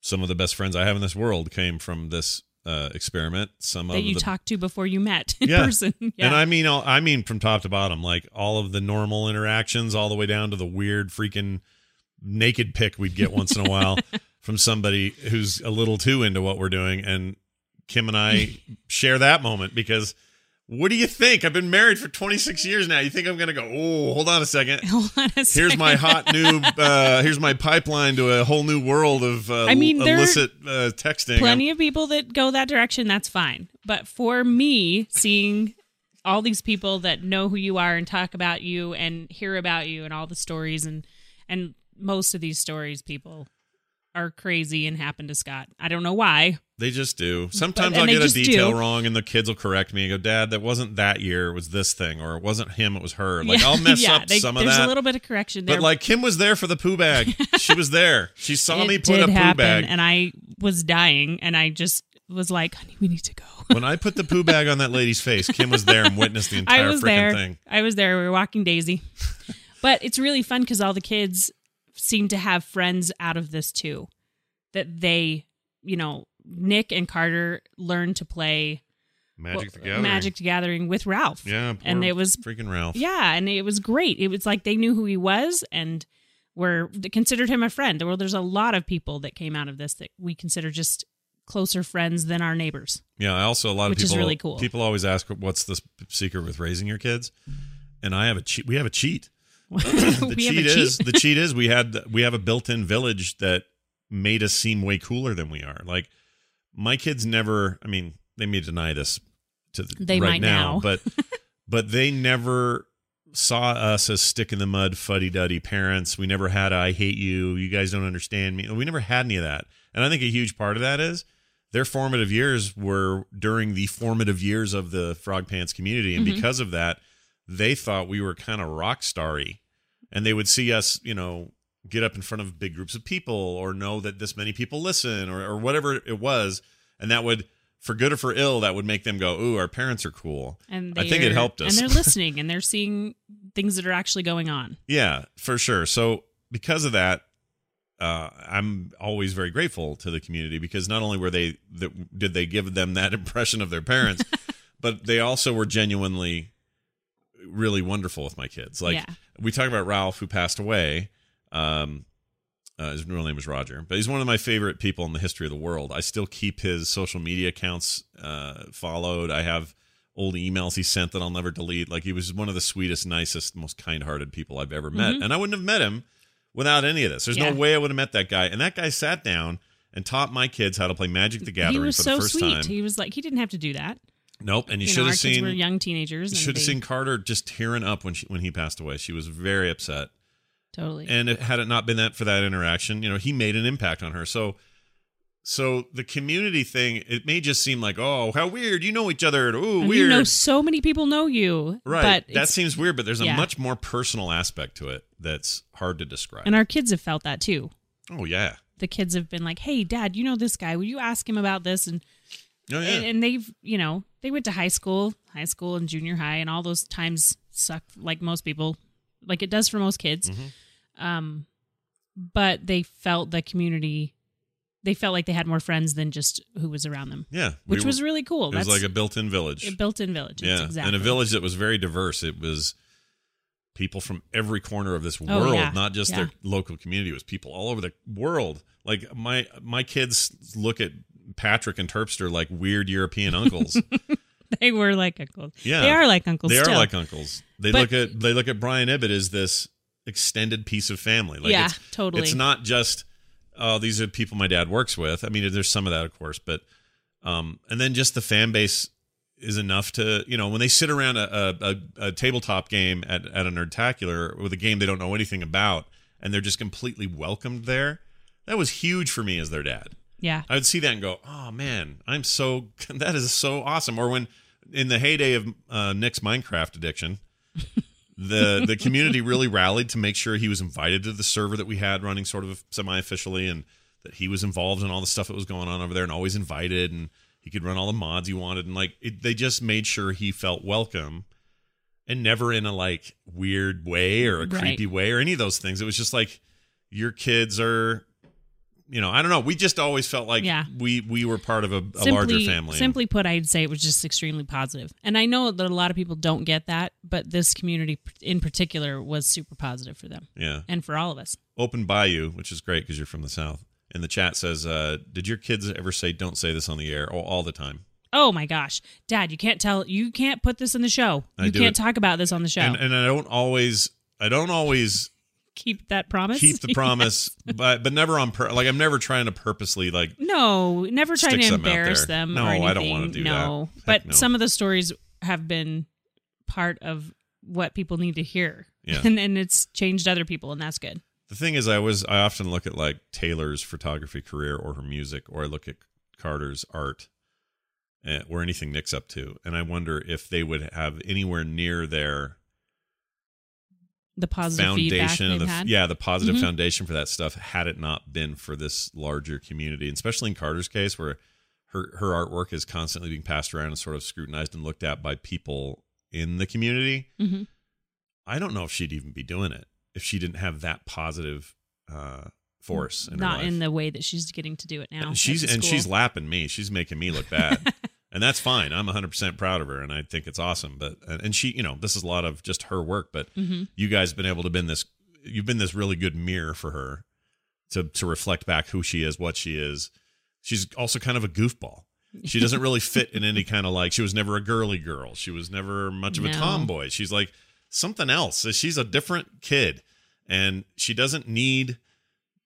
Speaker 1: some of the best friends I have in this world came from this uh, experiment. Some
Speaker 2: that
Speaker 1: of
Speaker 2: you
Speaker 1: the
Speaker 2: talked to before you met in
Speaker 1: Yeah.
Speaker 2: person yeah
Speaker 1: and I mean, all, I mean from top to bottom, like all of the normal interactions, all the way down to the weird freaking naked pic we'd get once in a while from somebody who's a little too into what we're doing. And Kim and I share that moment because what do you think? I've been married for 26 years now. You think I'm going to go, oh, hold on a second.
Speaker 2: Hold on a
Speaker 1: Here's
Speaker 2: second.
Speaker 1: my hot new, uh, here's my pipeline to a whole new world of uh,
Speaker 2: I mean, there are
Speaker 1: illicit uh, texting.
Speaker 2: plenty of people that go that direction that's fine but for me seeing all these people that know who you are and talk about you and hear about you and all the stories and and most of these stories people are crazy and happen to scott i don't know why
Speaker 1: They just do. Sometimes
Speaker 2: and
Speaker 1: I'll
Speaker 2: they
Speaker 1: get a
Speaker 2: just do.
Speaker 1: detail wrong and the kids will correct me and go, Dad, that wasn't that year. It was this thing. Or it wasn't him. It was her. Like,
Speaker 2: Yeah,
Speaker 1: I'll mess
Speaker 2: yeah,
Speaker 1: up
Speaker 2: they-
Speaker 1: some of
Speaker 2: there's
Speaker 1: that.
Speaker 2: a little bit of correction there
Speaker 1: but like, Kim was there for the poo bag. she was there. She saw
Speaker 2: it
Speaker 1: me put
Speaker 2: did
Speaker 1: a poo
Speaker 2: happen
Speaker 1: bag.
Speaker 2: and i was dying and i just was like honey we need to go
Speaker 1: when I put the poo bag on that lady's face, Kim was there and witnessed the
Speaker 2: I
Speaker 1: entire freaking
Speaker 2: was there.
Speaker 1: thing.
Speaker 2: I was there. We were walking Daisy, but it's really fun because all the kids seem to have friends out of this too. That they, you know, Nick and Carter learned to play
Speaker 1: Magic
Speaker 2: well,
Speaker 1: the Gathering.
Speaker 2: Magic the Gathering with Ralph.
Speaker 1: Yeah. poor
Speaker 2: and it was
Speaker 1: freaking Ralph.
Speaker 2: yeah, and it was great. It was like they knew who he was and were considered him a friend. Well, there's a lot of people that came out of this that we consider just closer friends than our neighbors.
Speaker 1: Yeah, I also a lot of
Speaker 2: Which is
Speaker 1: people
Speaker 2: really cool.
Speaker 1: people always ask what's the secret with raising your kids, and I have a cheat. We have a cheat. the
Speaker 2: we have
Speaker 1: cheat
Speaker 2: a cheat.
Speaker 1: is the cheat is we had we have a built-in village that made us seem way cooler than we are. Like my kids never. I mean, they may deny this to the,
Speaker 2: They might
Speaker 1: right now,
Speaker 2: now.
Speaker 1: but but they never saw us as stick in the mud, fuddy duddy parents. We never had a, I hate you. You guys don't understand me. We never had any of that, and I think a huge part of that is. Their formative years were during the formative years of the Frog Pants community, and
Speaker 2: Mhm.
Speaker 1: because of that, they thought we were kind of rock starry and they would see us, you know, get up in front of big groups of people or know that this many people listen or, or whatever it was. And that would, for good or for ill, that would make them go, Ooh, our parents are cool.
Speaker 2: And
Speaker 1: I think it
Speaker 2: they're-
Speaker 1: helped us.
Speaker 2: And they're listening and they're seeing things that are actually going on.
Speaker 1: Yeah, for sure. So because of that, uh, I'm always very grateful to the community because not only were they that did they give them that impression of their parents, but they also were genuinely really wonderful with my kids. Like
Speaker 2: Yeah.
Speaker 1: we talked about Ralph who passed away. Um, uh, his real name is Roger, but he's one of my favorite people in the history of the world. I still keep his social media accounts uh, followed. I have old emails he sent that I'll never delete. Like he was one of the sweetest, nicest, most kind-hearted people I've ever met,
Speaker 2: Mhm.
Speaker 1: and I wouldn't have met him without any of this. There's
Speaker 2: Yeah.
Speaker 1: no way I would have met that guy. And that guy sat down and taught my kids how to play Magic the
Speaker 2: he
Speaker 1: Gathering
Speaker 2: was
Speaker 1: for
Speaker 2: so
Speaker 1: the first
Speaker 2: sweet.
Speaker 1: time.
Speaker 2: He was like, he didn't have to do that.
Speaker 1: nope, and you,
Speaker 2: know,
Speaker 1: should
Speaker 2: our
Speaker 1: have
Speaker 2: kids
Speaker 1: seen
Speaker 2: were young teenagers.
Speaker 1: you
Speaker 2: and
Speaker 1: should have
Speaker 2: they-
Speaker 1: seen Carter just tearing up when she when he passed away. She was very upset.
Speaker 2: totally.
Speaker 1: And it, had it not been that for that interaction, you know, he made an impact on her. So, so the community thing, it may just seem like, oh, how weird, you know each other, ooh,
Speaker 2: And
Speaker 1: weird,
Speaker 2: You know, so many people know you,
Speaker 1: right?
Speaker 2: But
Speaker 1: that
Speaker 2: it's-
Speaker 1: seems weird, but there's a
Speaker 2: yeah.
Speaker 1: much more personal aspect to it that's hard to describe.
Speaker 2: and our kids have felt that too.
Speaker 1: oh yeah,
Speaker 2: The kids have been like, "Hey, Dad, you know this guy? Will you ask him about this?" And
Speaker 1: oh yeah,
Speaker 2: and, and they've, you know, they went to high school, high school, and junior high, and all those times suck like most people, like it does for most kids.
Speaker 1: Mhm.
Speaker 2: Um, but they felt the community. They felt like they had more friends than just who was around them,
Speaker 1: yeah. we
Speaker 2: which
Speaker 1: were-
Speaker 2: was really cool.
Speaker 1: it was
Speaker 2: That's
Speaker 1: like a built-in village.
Speaker 2: a built-in village. That's
Speaker 1: yeah,
Speaker 2: exactly.
Speaker 1: and a village that was very diverse. It was people from every corner of this world,
Speaker 2: Oh, yeah.
Speaker 1: not just their
Speaker 2: Yeah.
Speaker 1: local community. It was people all over the world. Like my my kids look at Patrick and Terpster like weird European uncles.
Speaker 2: They were like uncles.
Speaker 1: Yeah.
Speaker 2: they are like uncles.
Speaker 1: they are
Speaker 2: still.
Speaker 1: like uncles. They
Speaker 2: But-
Speaker 1: look at they look at Brian Ibbett as this extended piece of family. Like
Speaker 2: yeah,
Speaker 1: it's,
Speaker 2: totally.
Speaker 1: it's not just oh these are people my dad works with. I mean, there's some of that, of course, but um, and then just the fan base is enough to you know when they sit around a a, a, a tabletop game at at a nerdtacular with a game they don't know anything about and they're just completely welcomed there. That was huge for me as their dad.
Speaker 2: yeah,
Speaker 1: I would see that and go, "Oh man, I'm so that is so awesome." Or when in the heyday of uh, Nick's Minecraft addiction, the the community really rallied to make sure he was invited to the server that we had running sort of semi officially, and that he was involved in all the stuff that was going on over there, and always invited, and he could run all the mods he wanted, and like it, they just made sure he felt welcome. And never in a like weird way or a
Speaker 2: Right.
Speaker 1: creepy way or any of those things. It was just like your kids are you know, I don't know. We just always felt like
Speaker 2: Yeah.
Speaker 1: we we were part of a, a
Speaker 2: simply,
Speaker 1: larger family.
Speaker 2: Simply put, I'd say it was just extremely positive. And I know that a lot of people don't get that, but this community in particular was super positive for them
Speaker 1: yeah.
Speaker 2: and for all of us.
Speaker 1: Open Bayou, which is great because you're from the South. And the chat says, uh, "Did your kids ever say don't say this on the air?" Oh, all the time.
Speaker 2: Oh my gosh, Dad, you can't tell, you can't put this in the show.
Speaker 1: I
Speaker 2: you
Speaker 1: do
Speaker 2: can't
Speaker 1: it.
Speaker 2: talk about this on the show.
Speaker 1: And, and I don't always, I don't always
Speaker 2: keep that promise.
Speaker 1: keep the promise, but but never on pur- like I'm never trying to purposely like
Speaker 2: No, never try
Speaker 1: Stick
Speaker 2: to
Speaker 1: something out
Speaker 2: embarrass
Speaker 1: there.
Speaker 2: them.
Speaker 1: No,
Speaker 2: or anything.
Speaker 1: I don't wanna do
Speaker 2: no.
Speaker 1: that. Heck
Speaker 2: But
Speaker 1: no.
Speaker 2: some of the stories have been part of what people need to hear.
Speaker 1: Yeah.
Speaker 2: And and it's changed other people and that's good.
Speaker 1: the thing is I always I often look at like Taylor's photography career or her music or I look at Carter's art eh, or anything Nick's up to and I wonder if they would have anywhere near their
Speaker 2: The positive feedback
Speaker 1: foundation
Speaker 2: they've
Speaker 1: of the
Speaker 2: had.
Speaker 1: yeah the positive
Speaker 2: Mhm.
Speaker 1: foundation for that stuff had it not been for this larger community and especially in carter's case where her her artwork is constantly being passed around and sort of scrutinized and looked at by people in the community
Speaker 2: Mhm.
Speaker 1: i don't know if she'd even be doing it if she didn't have that positive uh force in
Speaker 2: Not
Speaker 1: her life.
Speaker 2: in the way that she's getting to do it now.
Speaker 1: And she's
Speaker 2: at the
Speaker 1: and
Speaker 2: school.
Speaker 1: she's lapping me she's making me look bad and that's fine i'm 100% proud of her and i think it's awesome but and and she you know this is a lot of just her work but
Speaker 2: Mhm.
Speaker 1: you guys been able to been this you've been this really good mirror for her to to reflect back who she is what she is she's also kind of a goofball she doesn't really fit in any kind of like she was never a girly girl she was never much of a
Speaker 2: No.
Speaker 1: tomboy she's like something else she's a different kid and she doesn't need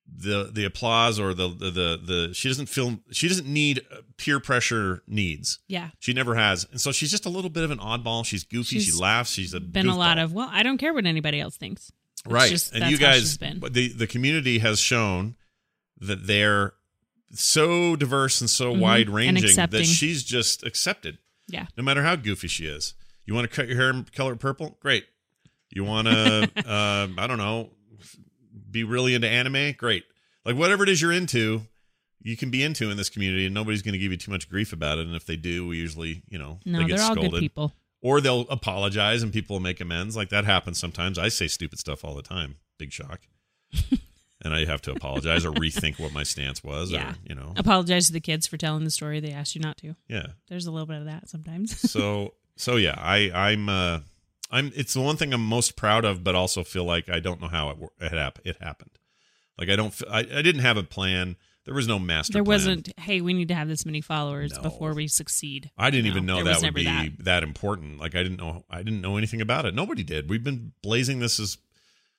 Speaker 1: the the applause or the the the, the she doesn't feel she doesn't need uh, peer pressure needs
Speaker 2: Yeah.
Speaker 1: she never has and so she's just a little bit of an oddball she's goofy
Speaker 2: She's
Speaker 1: she laughs she's a
Speaker 2: Been a lot
Speaker 1: goofball
Speaker 2: of well, I don't care what anybody else thinks. It's
Speaker 1: right
Speaker 2: just-
Speaker 1: and
Speaker 2: that's
Speaker 1: you
Speaker 2: how
Speaker 1: guys
Speaker 2: she's been.
Speaker 1: but the the community has shown that they're so diverse and so
Speaker 2: Mhm. And
Speaker 1: wide ranging
Speaker 2: accepting.
Speaker 1: that she's just accepted
Speaker 2: Yeah.
Speaker 1: no matter how goofy she is you want to cut your hair and color it purple great You want to, uh, I don't know, be really into anime? Great. Like whatever it is you're into, you can be into in this community, and nobody's going to give you too much grief about it. And if they do, we usually, you know,
Speaker 2: No,
Speaker 1: they
Speaker 2: they're
Speaker 1: get
Speaker 2: all
Speaker 1: scolded
Speaker 2: good people.
Speaker 1: or they'll apologize and people will make amends. Like that happens sometimes. I say stupid stuff all the time. Big shock. and I have to apologize or rethink what my stance was
Speaker 2: Yeah.
Speaker 1: or, you know.
Speaker 2: Apologize to the kids for telling the story they asked you not to.
Speaker 1: Yeah.
Speaker 2: There's a little bit of that sometimes.
Speaker 1: So so yeah, I I'm uh I'm it's the one thing I'm most proud of but also feel like I don't know how it wor- it, hap- it happened. Like I don't f- I, I didn't have a plan. There was no master
Speaker 2: there
Speaker 1: plan.
Speaker 2: wasn't, hey, we need to have this many followers
Speaker 1: No.
Speaker 2: before we succeed.
Speaker 1: I didn't even
Speaker 2: No,
Speaker 1: know
Speaker 2: there
Speaker 1: that
Speaker 2: was
Speaker 1: would be
Speaker 2: never
Speaker 1: that. important. Like I didn't know I didn't know anything about it. Nobody did. We've been blazing this as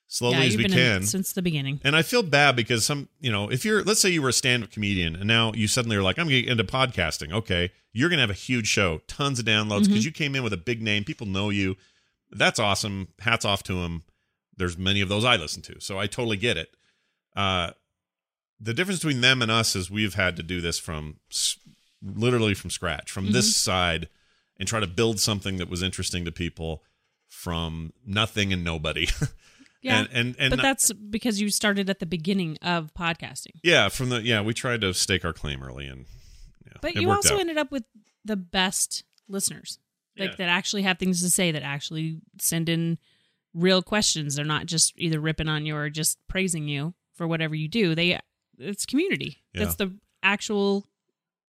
Speaker 1: slowly
Speaker 2: yeah,
Speaker 1: as
Speaker 2: you've
Speaker 1: we
Speaker 2: been
Speaker 1: can.
Speaker 2: in, since the beginning.
Speaker 1: And I feel bad because some, you know, if you're, let's say you were a stand up comedian and now you suddenly are like, I'm going to get into podcasting. Okay. You're going to have a huge show, tons of downloads because
Speaker 2: Mhm.
Speaker 1: you came in with a big name. People know you. That's awesome. Hats off to him. There's many of those I listen to. So I totally get it. Uh, the difference between them and us is we've had to do this from s- literally from scratch, from this
Speaker 2: Mm-hmm.
Speaker 1: side, and try to build something that was interesting to people from nothing and nobody.
Speaker 2: Yeah.
Speaker 1: and, and, and
Speaker 2: but that's because you started at the beginning of podcasting.
Speaker 1: Yeah, from the yeah, we tried to stake our claim early, and yeah,
Speaker 2: But
Speaker 1: it
Speaker 2: you
Speaker 1: worked
Speaker 2: also
Speaker 1: out.
Speaker 2: ended up with the best listeners, like
Speaker 1: Yeah.
Speaker 2: that actually have things to say, that actually send in real questions. They're not just either ripping on you or just praising you for whatever you do. They, it's community.
Speaker 1: Yeah.
Speaker 2: That's the actual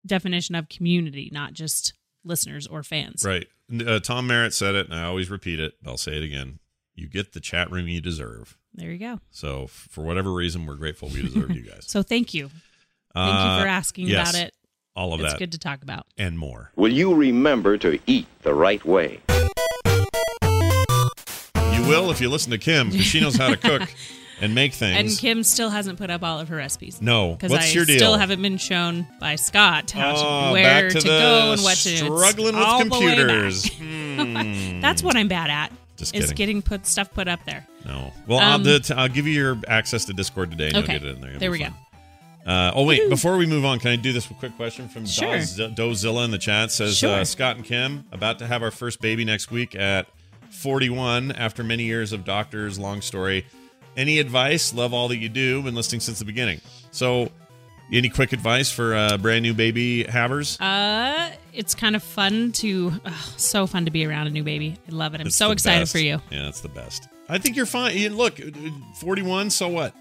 Speaker 2: definition of community, not just listeners or fans.
Speaker 1: right. And, Uh, Tom Merritt said it, and I always repeat it. But I'll say it again: you get the chat room you deserve.
Speaker 2: There you go.
Speaker 1: So f- for whatever reason, we're grateful we deserve you guys.
Speaker 2: So thank you. Thank you for
Speaker 1: Uh,
Speaker 2: asking
Speaker 1: yes,
Speaker 2: about it.
Speaker 1: all of
Speaker 2: It's
Speaker 1: that
Speaker 2: good to talk about.
Speaker 1: and more.
Speaker 6: Will you remember to eat the right way?
Speaker 1: You will if you listen to Kim, 'cause she knows how to cook and make things.
Speaker 2: And Kim still hasn't put up all of her recipes.
Speaker 1: no,
Speaker 2: Because
Speaker 1: what's
Speaker 2: I
Speaker 1: your deal?
Speaker 2: still haven't been shown by Scott how
Speaker 1: Oh,
Speaker 2: to, where
Speaker 1: back
Speaker 2: to,
Speaker 1: to, the
Speaker 2: go and what to it's
Speaker 1: struggling with
Speaker 2: all the way back.
Speaker 1: computers. Hmm.
Speaker 2: That's what I'm bad at.
Speaker 1: Just
Speaker 2: is
Speaker 1: kidding.
Speaker 2: getting put stuff put up there.
Speaker 1: No. Well, I'll,
Speaker 2: Um,
Speaker 1: the t- I'll give you your access to Discord today, and
Speaker 2: Okay.
Speaker 1: you'll get it in there. It'll
Speaker 2: There we
Speaker 1: be
Speaker 2: go.
Speaker 1: fun. Uh, oh wait! Before we move on, can I do this quick question from
Speaker 2: Sure.
Speaker 1: Doz- Dozilla in the chat? Says uh,
Speaker 2: Sure.
Speaker 1: Scott and Kim about to have our first baby next week at 41 after many years of doctors. Long story. Any advice? Love all that you do. Been listening since the beginning. So, any quick advice for uh, brand new baby havers?
Speaker 2: Uh, it's kind of fun to, ugh, so fun to be around a new baby. I love it. I'm
Speaker 1: It's
Speaker 2: so
Speaker 1: the
Speaker 2: excited
Speaker 1: best.
Speaker 2: for you.
Speaker 1: Yeah, it's the best. I think you're fine. Ian, look, 41, so what?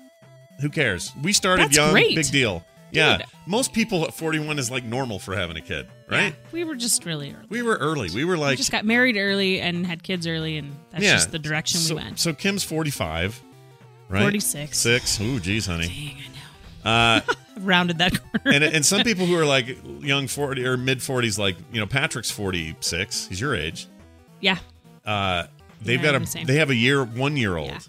Speaker 1: Who cares? We started
Speaker 2: That's
Speaker 1: young,
Speaker 2: great.
Speaker 1: big deal. Yeah.
Speaker 2: Dude.
Speaker 1: Most people at 41 is like normal for having a kid, right?
Speaker 2: Yeah, we were just really early.
Speaker 1: We were early. We were
Speaker 2: we
Speaker 1: like
Speaker 2: just got married early and had kids early, and that's
Speaker 1: yeah.
Speaker 2: just the direction
Speaker 1: so,
Speaker 2: we went.
Speaker 1: So Kim's 45, right?
Speaker 2: 46.
Speaker 1: Six. Ooh, geez, honey.
Speaker 2: Dang, I
Speaker 1: Uh,
Speaker 2: know. Rounded that corner.
Speaker 1: and and some people who are like young 40 or mid 40s, like you know Patrick's 46. He's your age.
Speaker 2: yeah.
Speaker 1: Uh, they've
Speaker 2: Yeah,
Speaker 1: got
Speaker 2: I'm the
Speaker 1: a
Speaker 2: same.
Speaker 1: they have a year one year old.
Speaker 2: Yeah.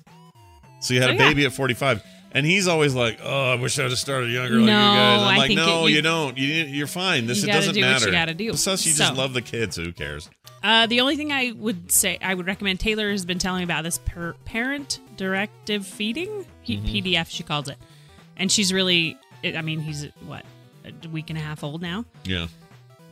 Speaker 1: So you had
Speaker 2: So,
Speaker 1: a
Speaker 2: yeah.
Speaker 1: baby at 45, and he's always like, "Oh, I wish I'd have started younger like you
Speaker 2: No,
Speaker 1: guys." I'm
Speaker 2: I
Speaker 1: like,
Speaker 2: think it-
Speaker 1: "No,
Speaker 2: you-
Speaker 1: you, don't. You, you're fine. This
Speaker 2: You
Speaker 1: it
Speaker 2: gotta
Speaker 1: doesn't
Speaker 2: do what you
Speaker 1: matter.
Speaker 2: gotta do.
Speaker 1: Plus, you
Speaker 2: So-
Speaker 1: just love the kids. Who cares?
Speaker 2: Uh, the only thing I would say I would recommend Taylor has been telling me about this per- parent directive feeding P- PDF she calls it, and she's really I mean he's what a week and a half old now,
Speaker 1: Yeah,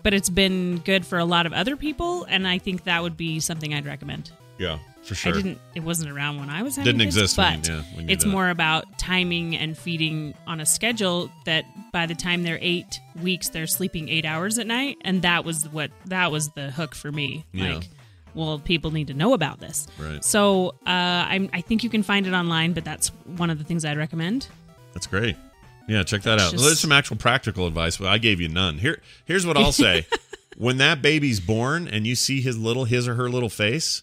Speaker 2: but it's been good for a lot of other people, and I think that would be something I'd recommend.
Speaker 1: yeah, for sure.
Speaker 2: I didn't it wasn't around when I was having
Speaker 1: Didn't
Speaker 2: kids,
Speaker 1: exist when-
Speaker 2: but
Speaker 1: yeah, when you
Speaker 2: it's
Speaker 1: did it.
Speaker 2: more about timing and feeding on a schedule that by the time they're eight weeks they're sleeping eight hours at night and that was what that was the hook for me
Speaker 1: Yeah.
Speaker 2: like well people need to know about this
Speaker 1: Right.
Speaker 2: so uh, I'm, I think you can find it online but that's one of the things I'd recommend
Speaker 1: That's great. Yeah, check that out.
Speaker 2: just-
Speaker 1: Well, there's some actual practical advice, but I gave you none. Here, here's what I'll say: when that baby's born and you see his little, his or her little face,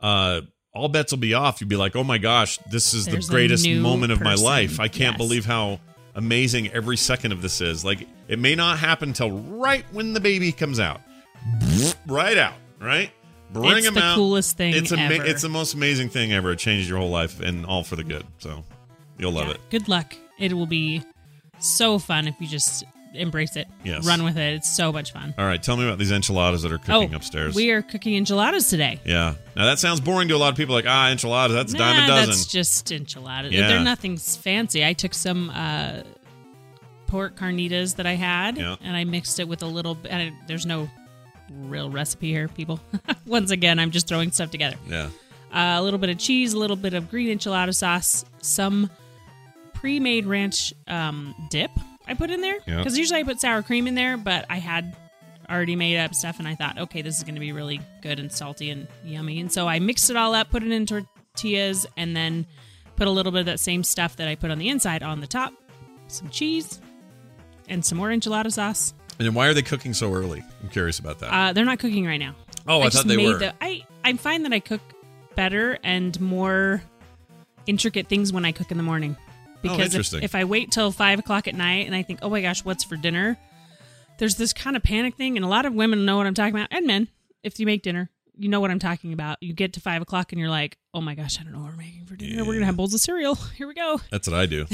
Speaker 1: uh, all bets will be off. You'll be like, "Oh my gosh, this is
Speaker 2: There's a
Speaker 1: the greatest
Speaker 2: new
Speaker 1: moment of my
Speaker 2: person.
Speaker 1: life! I can't
Speaker 2: Yes.
Speaker 1: believe how amazing every second of this is." Like, it may not happen till right when the baby comes out, right out, right. Bring
Speaker 2: It's
Speaker 1: him
Speaker 2: the
Speaker 1: out.
Speaker 2: coolest thing
Speaker 1: It's ama-
Speaker 2: ever.
Speaker 1: It's the most amazing thing ever. It changes your whole life and all for the good. So, you'll love
Speaker 2: Yeah.
Speaker 1: it.
Speaker 2: good luck it will be so fun if you just embrace it
Speaker 1: Yes.
Speaker 2: run with it it's so much fun
Speaker 1: All right, tell me about these enchiladas that are cooking
Speaker 2: oh
Speaker 1: upstairs.
Speaker 2: we are cooking enchiladas today
Speaker 1: yeah. Now that sounds boring to a lot of people. Like ah, enchiladas. That's a dime a
Speaker 2: Nah,
Speaker 1: dozen.
Speaker 2: That's just enchiladas.
Speaker 1: Yeah.
Speaker 2: They're nothing s- fancy. I took some uh, pork carnitas that I had,
Speaker 1: Yeah.
Speaker 2: and I mixed it with a little. b- And I, there's no real recipe here, people. Once again, I'm just throwing stuff together.
Speaker 1: yeah.
Speaker 2: uh, a little bit of cheese, a little bit of green enchilada sauce, some pre-made ranch um, dip I put in there
Speaker 1: Yeah.
Speaker 2: because usually I put sour cream in there, but I had already made up stuff and I thought, okay, this is going to be really good and salty and yummy, and so I mixed it all up, put it in tortillas, and then put a little bit of that same stuff that I put on the inside on the top, some cheese, and some more enchilada sauce.
Speaker 1: And then why are they cooking so early? I'm curious about that.
Speaker 2: Uh, they're not cooking right now.
Speaker 1: oh, I,
Speaker 2: just
Speaker 1: thought they
Speaker 2: made
Speaker 1: were.
Speaker 2: The, I I find that I cook better and more intricate things when I cook in the morning. Because if-
Speaker 1: Oh, interesting.
Speaker 2: If, I wait till five o'clock at night and I think, oh my gosh, what's for dinner? There's this kind of panic thing, and a lot of women know what I'm talking about, and men. If you make dinner, you know what I'm talking about. You get to five o'clock and you're like, oh my gosh, I don't know what we're making for dinner. We're
Speaker 1: Yeah.
Speaker 2: gonna have bowls of cereal. Here we go.
Speaker 1: That's what I do.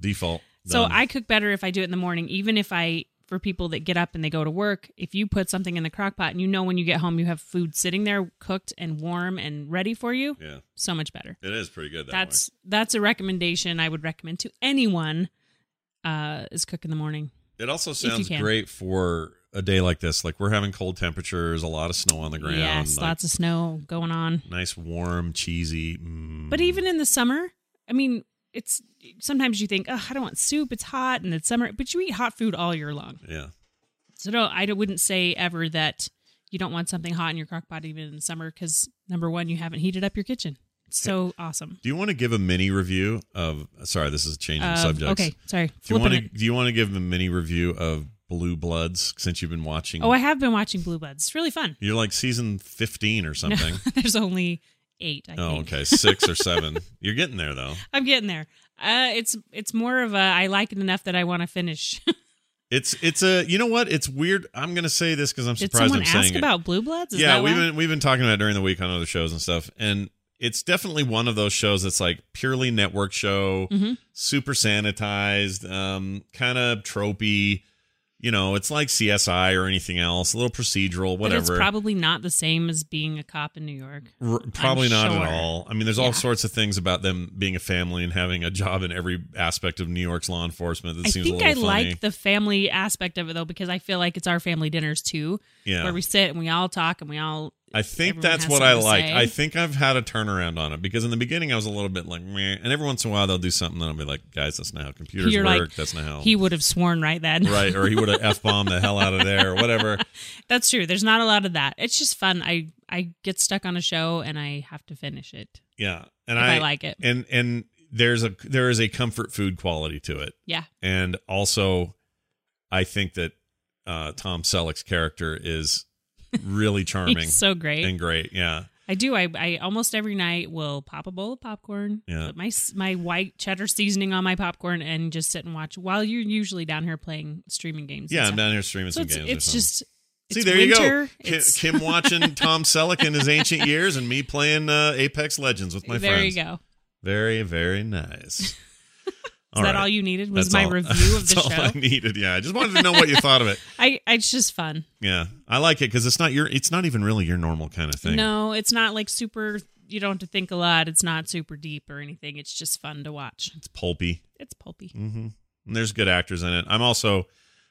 Speaker 1: Default.
Speaker 2: So
Speaker 1: Done.
Speaker 2: I cook better if I do it in the morning, even if I for people that get up and they go to work, if you put something in the crock pot and you know when you get home you have food sitting there cooked and warm and ready for you,
Speaker 1: Yeah,
Speaker 2: so much better.
Speaker 1: it is pretty good. That
Speaker 2: that's that's a recommendation I would recommend to anyone uh is cook in the morning.
Speaker 1: way. It also
Speaker 2: you
Speaker 1: sounds
Speaker 2: can.
Speaker 1: great for a day like this. Like we're having cold temperatures, a lot of snow on the ground.
Speaker 2: yes,
Speaker 1: like
Speaker 2: lots of snow going on.
Speaker 1: nice, warm, cheesy. Mm.
Speaker 2: But e even in the summer, I mean, it's sometimes you think, "Oh, I don't want soup, it's hot and it's summer," but you eat hot food all year long.
Speaker 1: yeah,
Speaker 2: So no, I d- wouldn't say ever that you don't want something hot in your crock pot even in the summer because number one, you haven't heated up your kitchen. It's so awesome.
Speaker 1: do you want to give a mini review of? Sorry, this is changing
Speaker 2: Of-
Speaker 1: subjects.
Speaker 2: okay, sorry,
Speaker 1: Do you
Speaker 2: flipping
Speaker 1: want to?
Speaker 2: it.
Speaker 1: Do you want to give a mini review of Blue Bloods since you've been watching?
Speaker 2: Oh, I have been watching Blue Bloods. It's really fun.
Speaker 1: You're like season 15 or something.
Speaker 2: No, there's only eight. I
Speaker 1: oh,
Speaker 2: think.
Speaker 1: okay, six or seven. You're getting there though.
Speaker 2: I'm getting there. Uh, it's it's more of a I like it enough that I want to finish.
Speaker 1: It's it's a you know what? It's weird. I'm gonna say this because I'm
Speaker 2: Did
Speaker 1: surprised
Speaker 2: someone
Speaker 1: I'm saying
Speaker 2: ask
Speaker 1: it.
Speaker 2: about Blue Bloods? Is
Speaker 1: yeah,
Speaker 2: that
Speaker 1: we've
Speaker 2: why?
Speaker 1: been we've been talking about it during the week on other shows and stuff, and it's definitely one of those shows that's like purely network show,
Speaker 2: Mhm.
Speaker 1: super sanitized, um, kind of tropey. You know, it's like CSI or anything else, a little procedural,
Speaker 2: But it's
Speaker 1: whatever.
Speaker 2: probably not the same as being a cop in New York.
Speaker 1: R- probably not
Speaker 2: sure.
Speaker 1: at all. I mean, there's all
Speaker 2: Yeah.
Speaker 1: sorts of things about them being a family and having a job in every aspect of New York's law enforcement that
Speaker 2: I
Speaker 1: seems a
Speaker 2: think
Speaker 1: little
Speaker 2: I
Speaker 1: funny.
Speaker 2: like the family aspect of it though because I feel like it's our family dinners too.
Speaker 1: yeah,
Speaker 2: where we sit and we all talk and we all
Speaker 1: I think
Speaker 2: Everyone
Speaker 1: that's
Speaker 2: has
Speaker 1: what I
Speaker 2: something to
Speaker 1: like.
Speaker 2: say.
Speaker 1: I think I've had a turnaround on it because in the beginning I was a little bit like, meh. and every once in a while they'll do something that I'll be like, guys, that's not how computers
Speaker 2: You're
Speaker 1: work.
Speaker 2: like,
Speaker 1: that's not how
Speaker 2: he would have sworn right then.
Speaker 1: right, or he would have f bombed the hell out of there, or whatever.
Speaker 2: That's true. There's not a lot of that. It's just fun. I I get stuck on a show and I have to finish it
Speaker 1: Yeah, and
Speaker 2: if
Speaker 1: I,
Speaker 2: I, like it.
Speaker 1: and and there's a there is a comfort food quality to it,
Speaker 2: Yeah.
Speaker 1: and also I think that uh, Tom Selleck's character is really charming
Speaker 2: He's so great.
Speaker 1: and great. Yeah,
Speaker 2: I do. I, I almost every night will pop a bowl of popcorn,
Speaker 1: Yeah.
Speaker 2: put my s- my white cheddar seasoning on my popcorn, and just sit and watch while you're usually down here playing streaming games.
Speaker 1: yeah. I'm
Speaker 2: and stuff.
Speaker 1: down here streaming
Speaker 2: so
Speaker 1: some
Speaker 2: it's
Speaker 1: games. or
Speaker 2: it's
Speaker 1: something.
Speaker 2: just it's
Speaker 1: See, there you
Speaker 2: winter,
Speaker 1: go. Kim,
Speaker 2: it's-
Speaker 1: Kim watching Tom Selleck in his ancient years and me playing uh, Apex Legends with my
Speaker 2: there
Speaker 1: friends.
Speaker 2: you go.
Speaker 1: Very, very nice. Is
Speaker 2: Is that all you needed? Was my review of the
Speaker 1: That's all I
Speaker 2: show?
Speaker 1: needed. Yeah, I just wanted to know what you thought of it.
Speaker 2: I, I it's just fun.
Speaker 1: Yeah, I like it because it's not your. It's not even really your normal kind of thing.
Speaker 2: No, it's not like super. You don't have to think a lot. It's not super deep or anything. It's just fun to watch.
Speaker 1: It's pulpy.
Speaker 2: It's pulpy.
Speaker 1: hmm And there's good actors in it. I'm also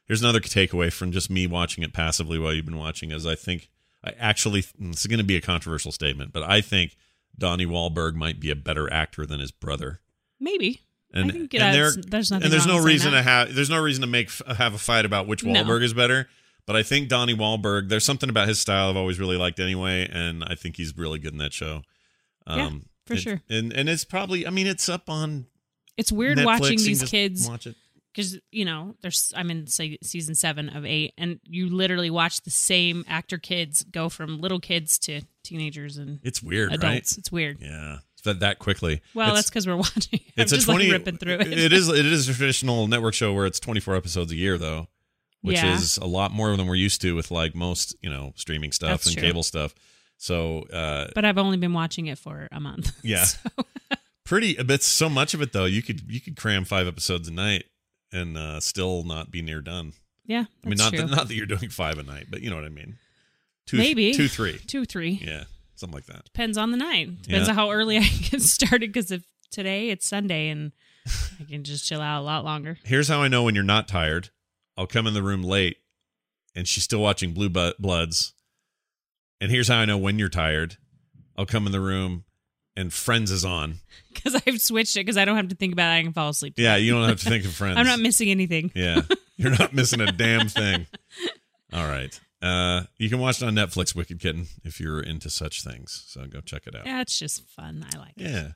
Speaker 1: here's another takeaway from just me watching it passively while you've been watching is I think I actually this is going to be a controversial statement, but I think Donnie Wahlberg might be a better actor than his brother.
Speaker 2: Maybe.
Speaker 1: And,
Speaker 2: I think
Speaker 1: and
Speaker 2: that's,
Speaker 1: there-
Speaker 2: there's nothing.
Speaker 1: and there's
Speaker 2: wrong with
Speaker 1: no
Speaker 2: saying
Speaker 1: reason
Speaker 2: that.
Speaker 1: to have there's no reason to make f- have a fight about which
Speaker 2: No.
Speaker 1: Wahlberg is better. But I think Donnie Wahlberg, there's something about his style I've always really liked anyway, and I think he's really good in that show.
Speaker 2: Yeah, for
Speaker 1: it-
Speaker 2: sure.
Speaker 1: And and it's probably I mean it's up on
Speaker 2: It's weird
Speaker 1: Netflix,
Speaker 2: watching
Speaker 1: you can
Speaker 2: these
Speaker 1: just
Speaker 2: kids
Speaker 1: watch it.
Speaker 2: because you know there's I'm in se- season seven of eight, and you literally watch the same actor kids go from little kids to teenagers and
Speaker 1: It's weird,
Speaker 2: adults.
Speaker 1: right?
Speaker 2: It's weird.
Speaker 1: Yeah, that that quickly.
Speaker 2: Well,
Speaker 1: It's-
Speaker 2: that's because we're watching. I'm
Speaker 1: it's
Speaker 2: just
Speaker 1: a twenty
Speaker 2: like ripping through it.
Speaker 1: It is it is a traditional network show where it's twenty four episodes a year though, which
Speaker 2: Yeah.
Speaker 1: is a lot more than we're used to with like most you know streaming stuff
Speaker 2: That's
Speaker 1: and
Speaker 2: true.
Speaker 1: cable stuff. So uh,
Speaker 2: But I've only been watching it for a month.
Speaker 1: Yeah.
Speaker 2: So-
Speaker 1: pretty, but so much of it though you could you could cram five episodes a night and uh, still not be near done.
Speaker 2: yeah.
Speaker 1: I mean,
Speaker 2: that's
Speaker 1: not
Speaker 2: true.
Speaker 1: that, not that you're doing five a night, but you know what I mean. Two,
Speaker 2: Maybe.
Speaker 1: two, three,
Speaker 2: two, three.
Speaker 1: yeah, something like that.
Speaker 2: depends on the night. Depends
Speaker 1: Yeah.
Speaker 2: on how early I get started. Because if today it's Sunday and I can just chill out a lot longer.
Speaker 1: Here's how I know when you're not tired. I'll come in the room late and she's still watching Blue Bu- Bloods. And here's how I know when you're tired. I'll I'll come in the room and Friends is on.
Speaker 2: because I've switched it because I don't have to think about it. I can fall asleep.
Speaker 1: Yeah, you don't have to think of Friends.
Speaker 2: I'm not missing anything.
Speaker 1: Yeah. You're not missing a damn thing. All right. Uh, you can watch it on Netflix, Wicked Kitten, if you're into such things. So go check it out. Yeah.
Speaker 2: Yeah, it's just fun. I like it.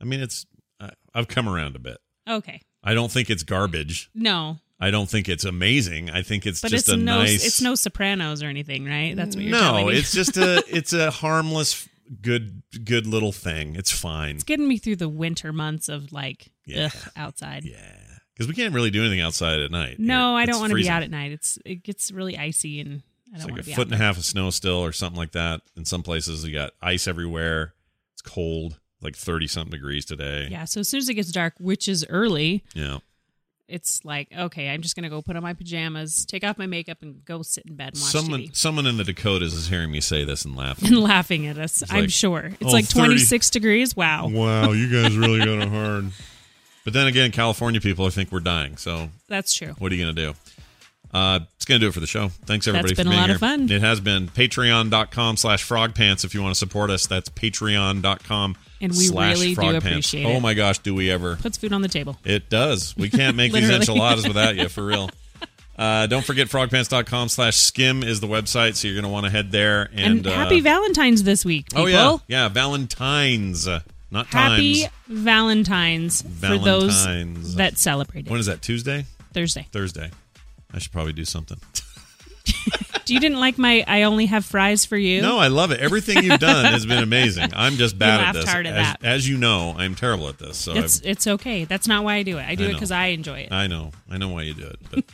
Speaker 1: I mean, it's, I, I've come around a bit.
Speaker 2: Okay.
Speaker 1: I don't think it's garbage.
Speaker 2: No,
Speaker 1: I don't think it's amazing. I think it's
Speaker 2: but
Speaker 1: just
Speaker 2: it's
Speaker 1: a
Speaker 2: no,
Speaker 1: nice.
Speaker 2: it's no Sopranos or anything, right? That's what you're telling
Speaker 1: no,
Speaker 2: me.
Speaker 1: it's just a, it's a harmless, good, good little thing. It's fine.
Speaker 2: it's getting me through the winter months of like
Speaker 1: Yeah.
Speaker 2: ugh, outside.
Speaker 1: Yeah. Because we can't really do anything outside at night.
Speaker 2: No,
Speaker 1: You're-
Speaker 2: I
Speaker 1: it's
Speaker 2: don't want to be
Speaker 1: freezing.
Speaker 2: out at night. It's it gets really icy and I
Speaker 1: It's
Speaker 2: don't
Speaker 1: like
Speaker 2: want
Speaker 1: a
Speaker 2: to be
Speaker 1: foot
Speaker 2: out.
Speaker 1: and a half of snow still, or something like that. In some places, you got ice everywhere. It's cold, like thirty something degrees today.
Speaker 2: Yeah, so as soon as it gets dark, which is early,
Speaker 1: Yeah.
Speaker 2: it's like okay, I'm just gonna go put on my pajamas, take off my makeup, and go sit in bed and watch
Speaker 1: Someone,
Speaker 2: TV.
Speaker 1: someone in the Dakotas is hearing me say this and laughing.
Speaker 2: And laughing at us,
Speaker 1: It's
Speaker 2: I'm
Speaker 1: like,
Speaker 2: sure. It's
Speaker 1: "Oh,
Speaker 2: like
Speaker 1: 30
Speaker 2: 26 degrees. Wow,
Speaker 1: wow, you guys really got it hard. But then again, California people, I think we're dying. So
Speaker 2: that's true.
Speaker 1: what are you going to do? Uh, it's going to do it for the show. Thanks everybody
Speaker 2: That's been
Speaker 1: for
Speaker 2: a
Speaker 1: being
Speaker 2: lot
Speaker 1: here.
Speaker 2: of fun.
Speaker 1: It has been patreon.com slash frogpants. If you want to support us, that's patreon.com
Speaker 2: And we
Speaker 1: slash
Speaker 2: really do
Speaker 1: frogpants.
Speaker 2: appreciate
Speaker 1: Oh
Speaker 2: it.
Speaker 1: my gosh, do we ever.
Speaker 2: Puts food on the table.
Speaker 1: It does. We can't make these
Speaker 2: Literally.
Speaker 1: enchiladas without you, for real. Uh, don't forget frogpants.com slash skim is the website, so you're going to want to head there. And,
Speaker 2: And,
Speaker 1: uh,
Speaker 2: happy Valentine's this week, people.
Speaker 1: Oh, yeah. Yeah, Valentine's. uh, Not
Speaker 2: Happy
Speaker 1: times.
Speaker 2: Valentine's, for those
Speaker 1: Valentine's.
Speaker 2: that celebrate it.
Speaker 1: When is that, Tuesday?
Speaker 2: Thursday.
Speaker 1: Thursday. I should probably do something.
Speaker 2: Do you didn't like my I only have fries for you?
Speaker 1: No, I love it. Everything you've done has been amazing. I'm just bad at
Speaker 2: laughed
Speaker 1: this.
Speaker 2: hard at
Speaker 1: as,
Speaker 2: that.
Speaker 1: as you know, I'm terrible at this. So I've-
Speaker 2: It's it's okay. That's not why I do it. I do
Speaker 1: I
Speaker 2: it
Speaker 1: know. Uh,
Speaker 2: because I enjoy it.
Speaker 1: I know. I know why you do it. But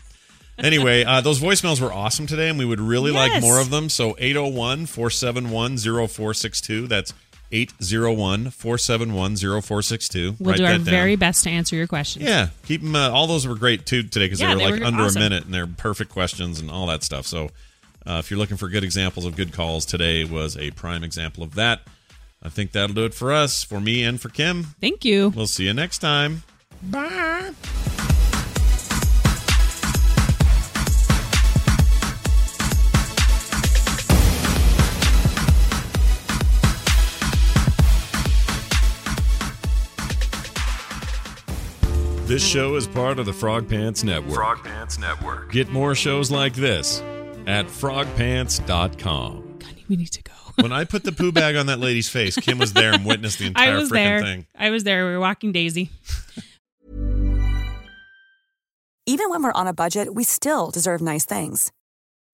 Speaker 1: anyway, uh, those voicemails were awesome today, and we would really like
Speaker 2: Yes.
Speaker 1: more of them. So 801 471 0462. That's 801 471 0462.
Speaker 2: we'll
Speaker 1: Write
Speaker 2: do our
Speaker 1: that down.
Speaker 2: very best to answer your questions.
Speaker 1: Yeah, keep them. Uh, all those were great too today because
Speaker 2: Yeah,
Speaker 1: they were
Speaker 2: they
Speaker 1: like
Speaker 2: were
Speaker 1: under
Speaker 2: awesome.
Speaker 1: a minute and they're perfect questions and all that stuff. So uh, if you're looking for good examples of good calls, today was a prime example of that. I think that'll do it for us, for me and for Kim.
Speaker 2: Thank you.
Speaker 1: We'll see you next time. Bye. This show is part of the Frog Pants Network. Frog Pants Network. Get more shows like this at frogpants.com.
Speaker 2: Honey, we need to go.
Speaker 1: When I put the poo bag on that lady's face, Kim was there and witnessed the entire
Speaker 2: I was
Speaker 1: freaking
Speaker 2: there.
Speaker 1: thing.
Speaker 2: I was there. We were walking Daisy.
Speaker 7: Even when we're on a budget, we still deserve nice things.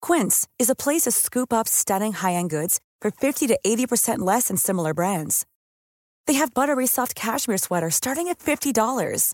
Speaker 7: Quince is a place to scoop up stunning high-end goods for 50 to 80% less than similar brands. They have buttery soft cashmere sweaters starting at $50,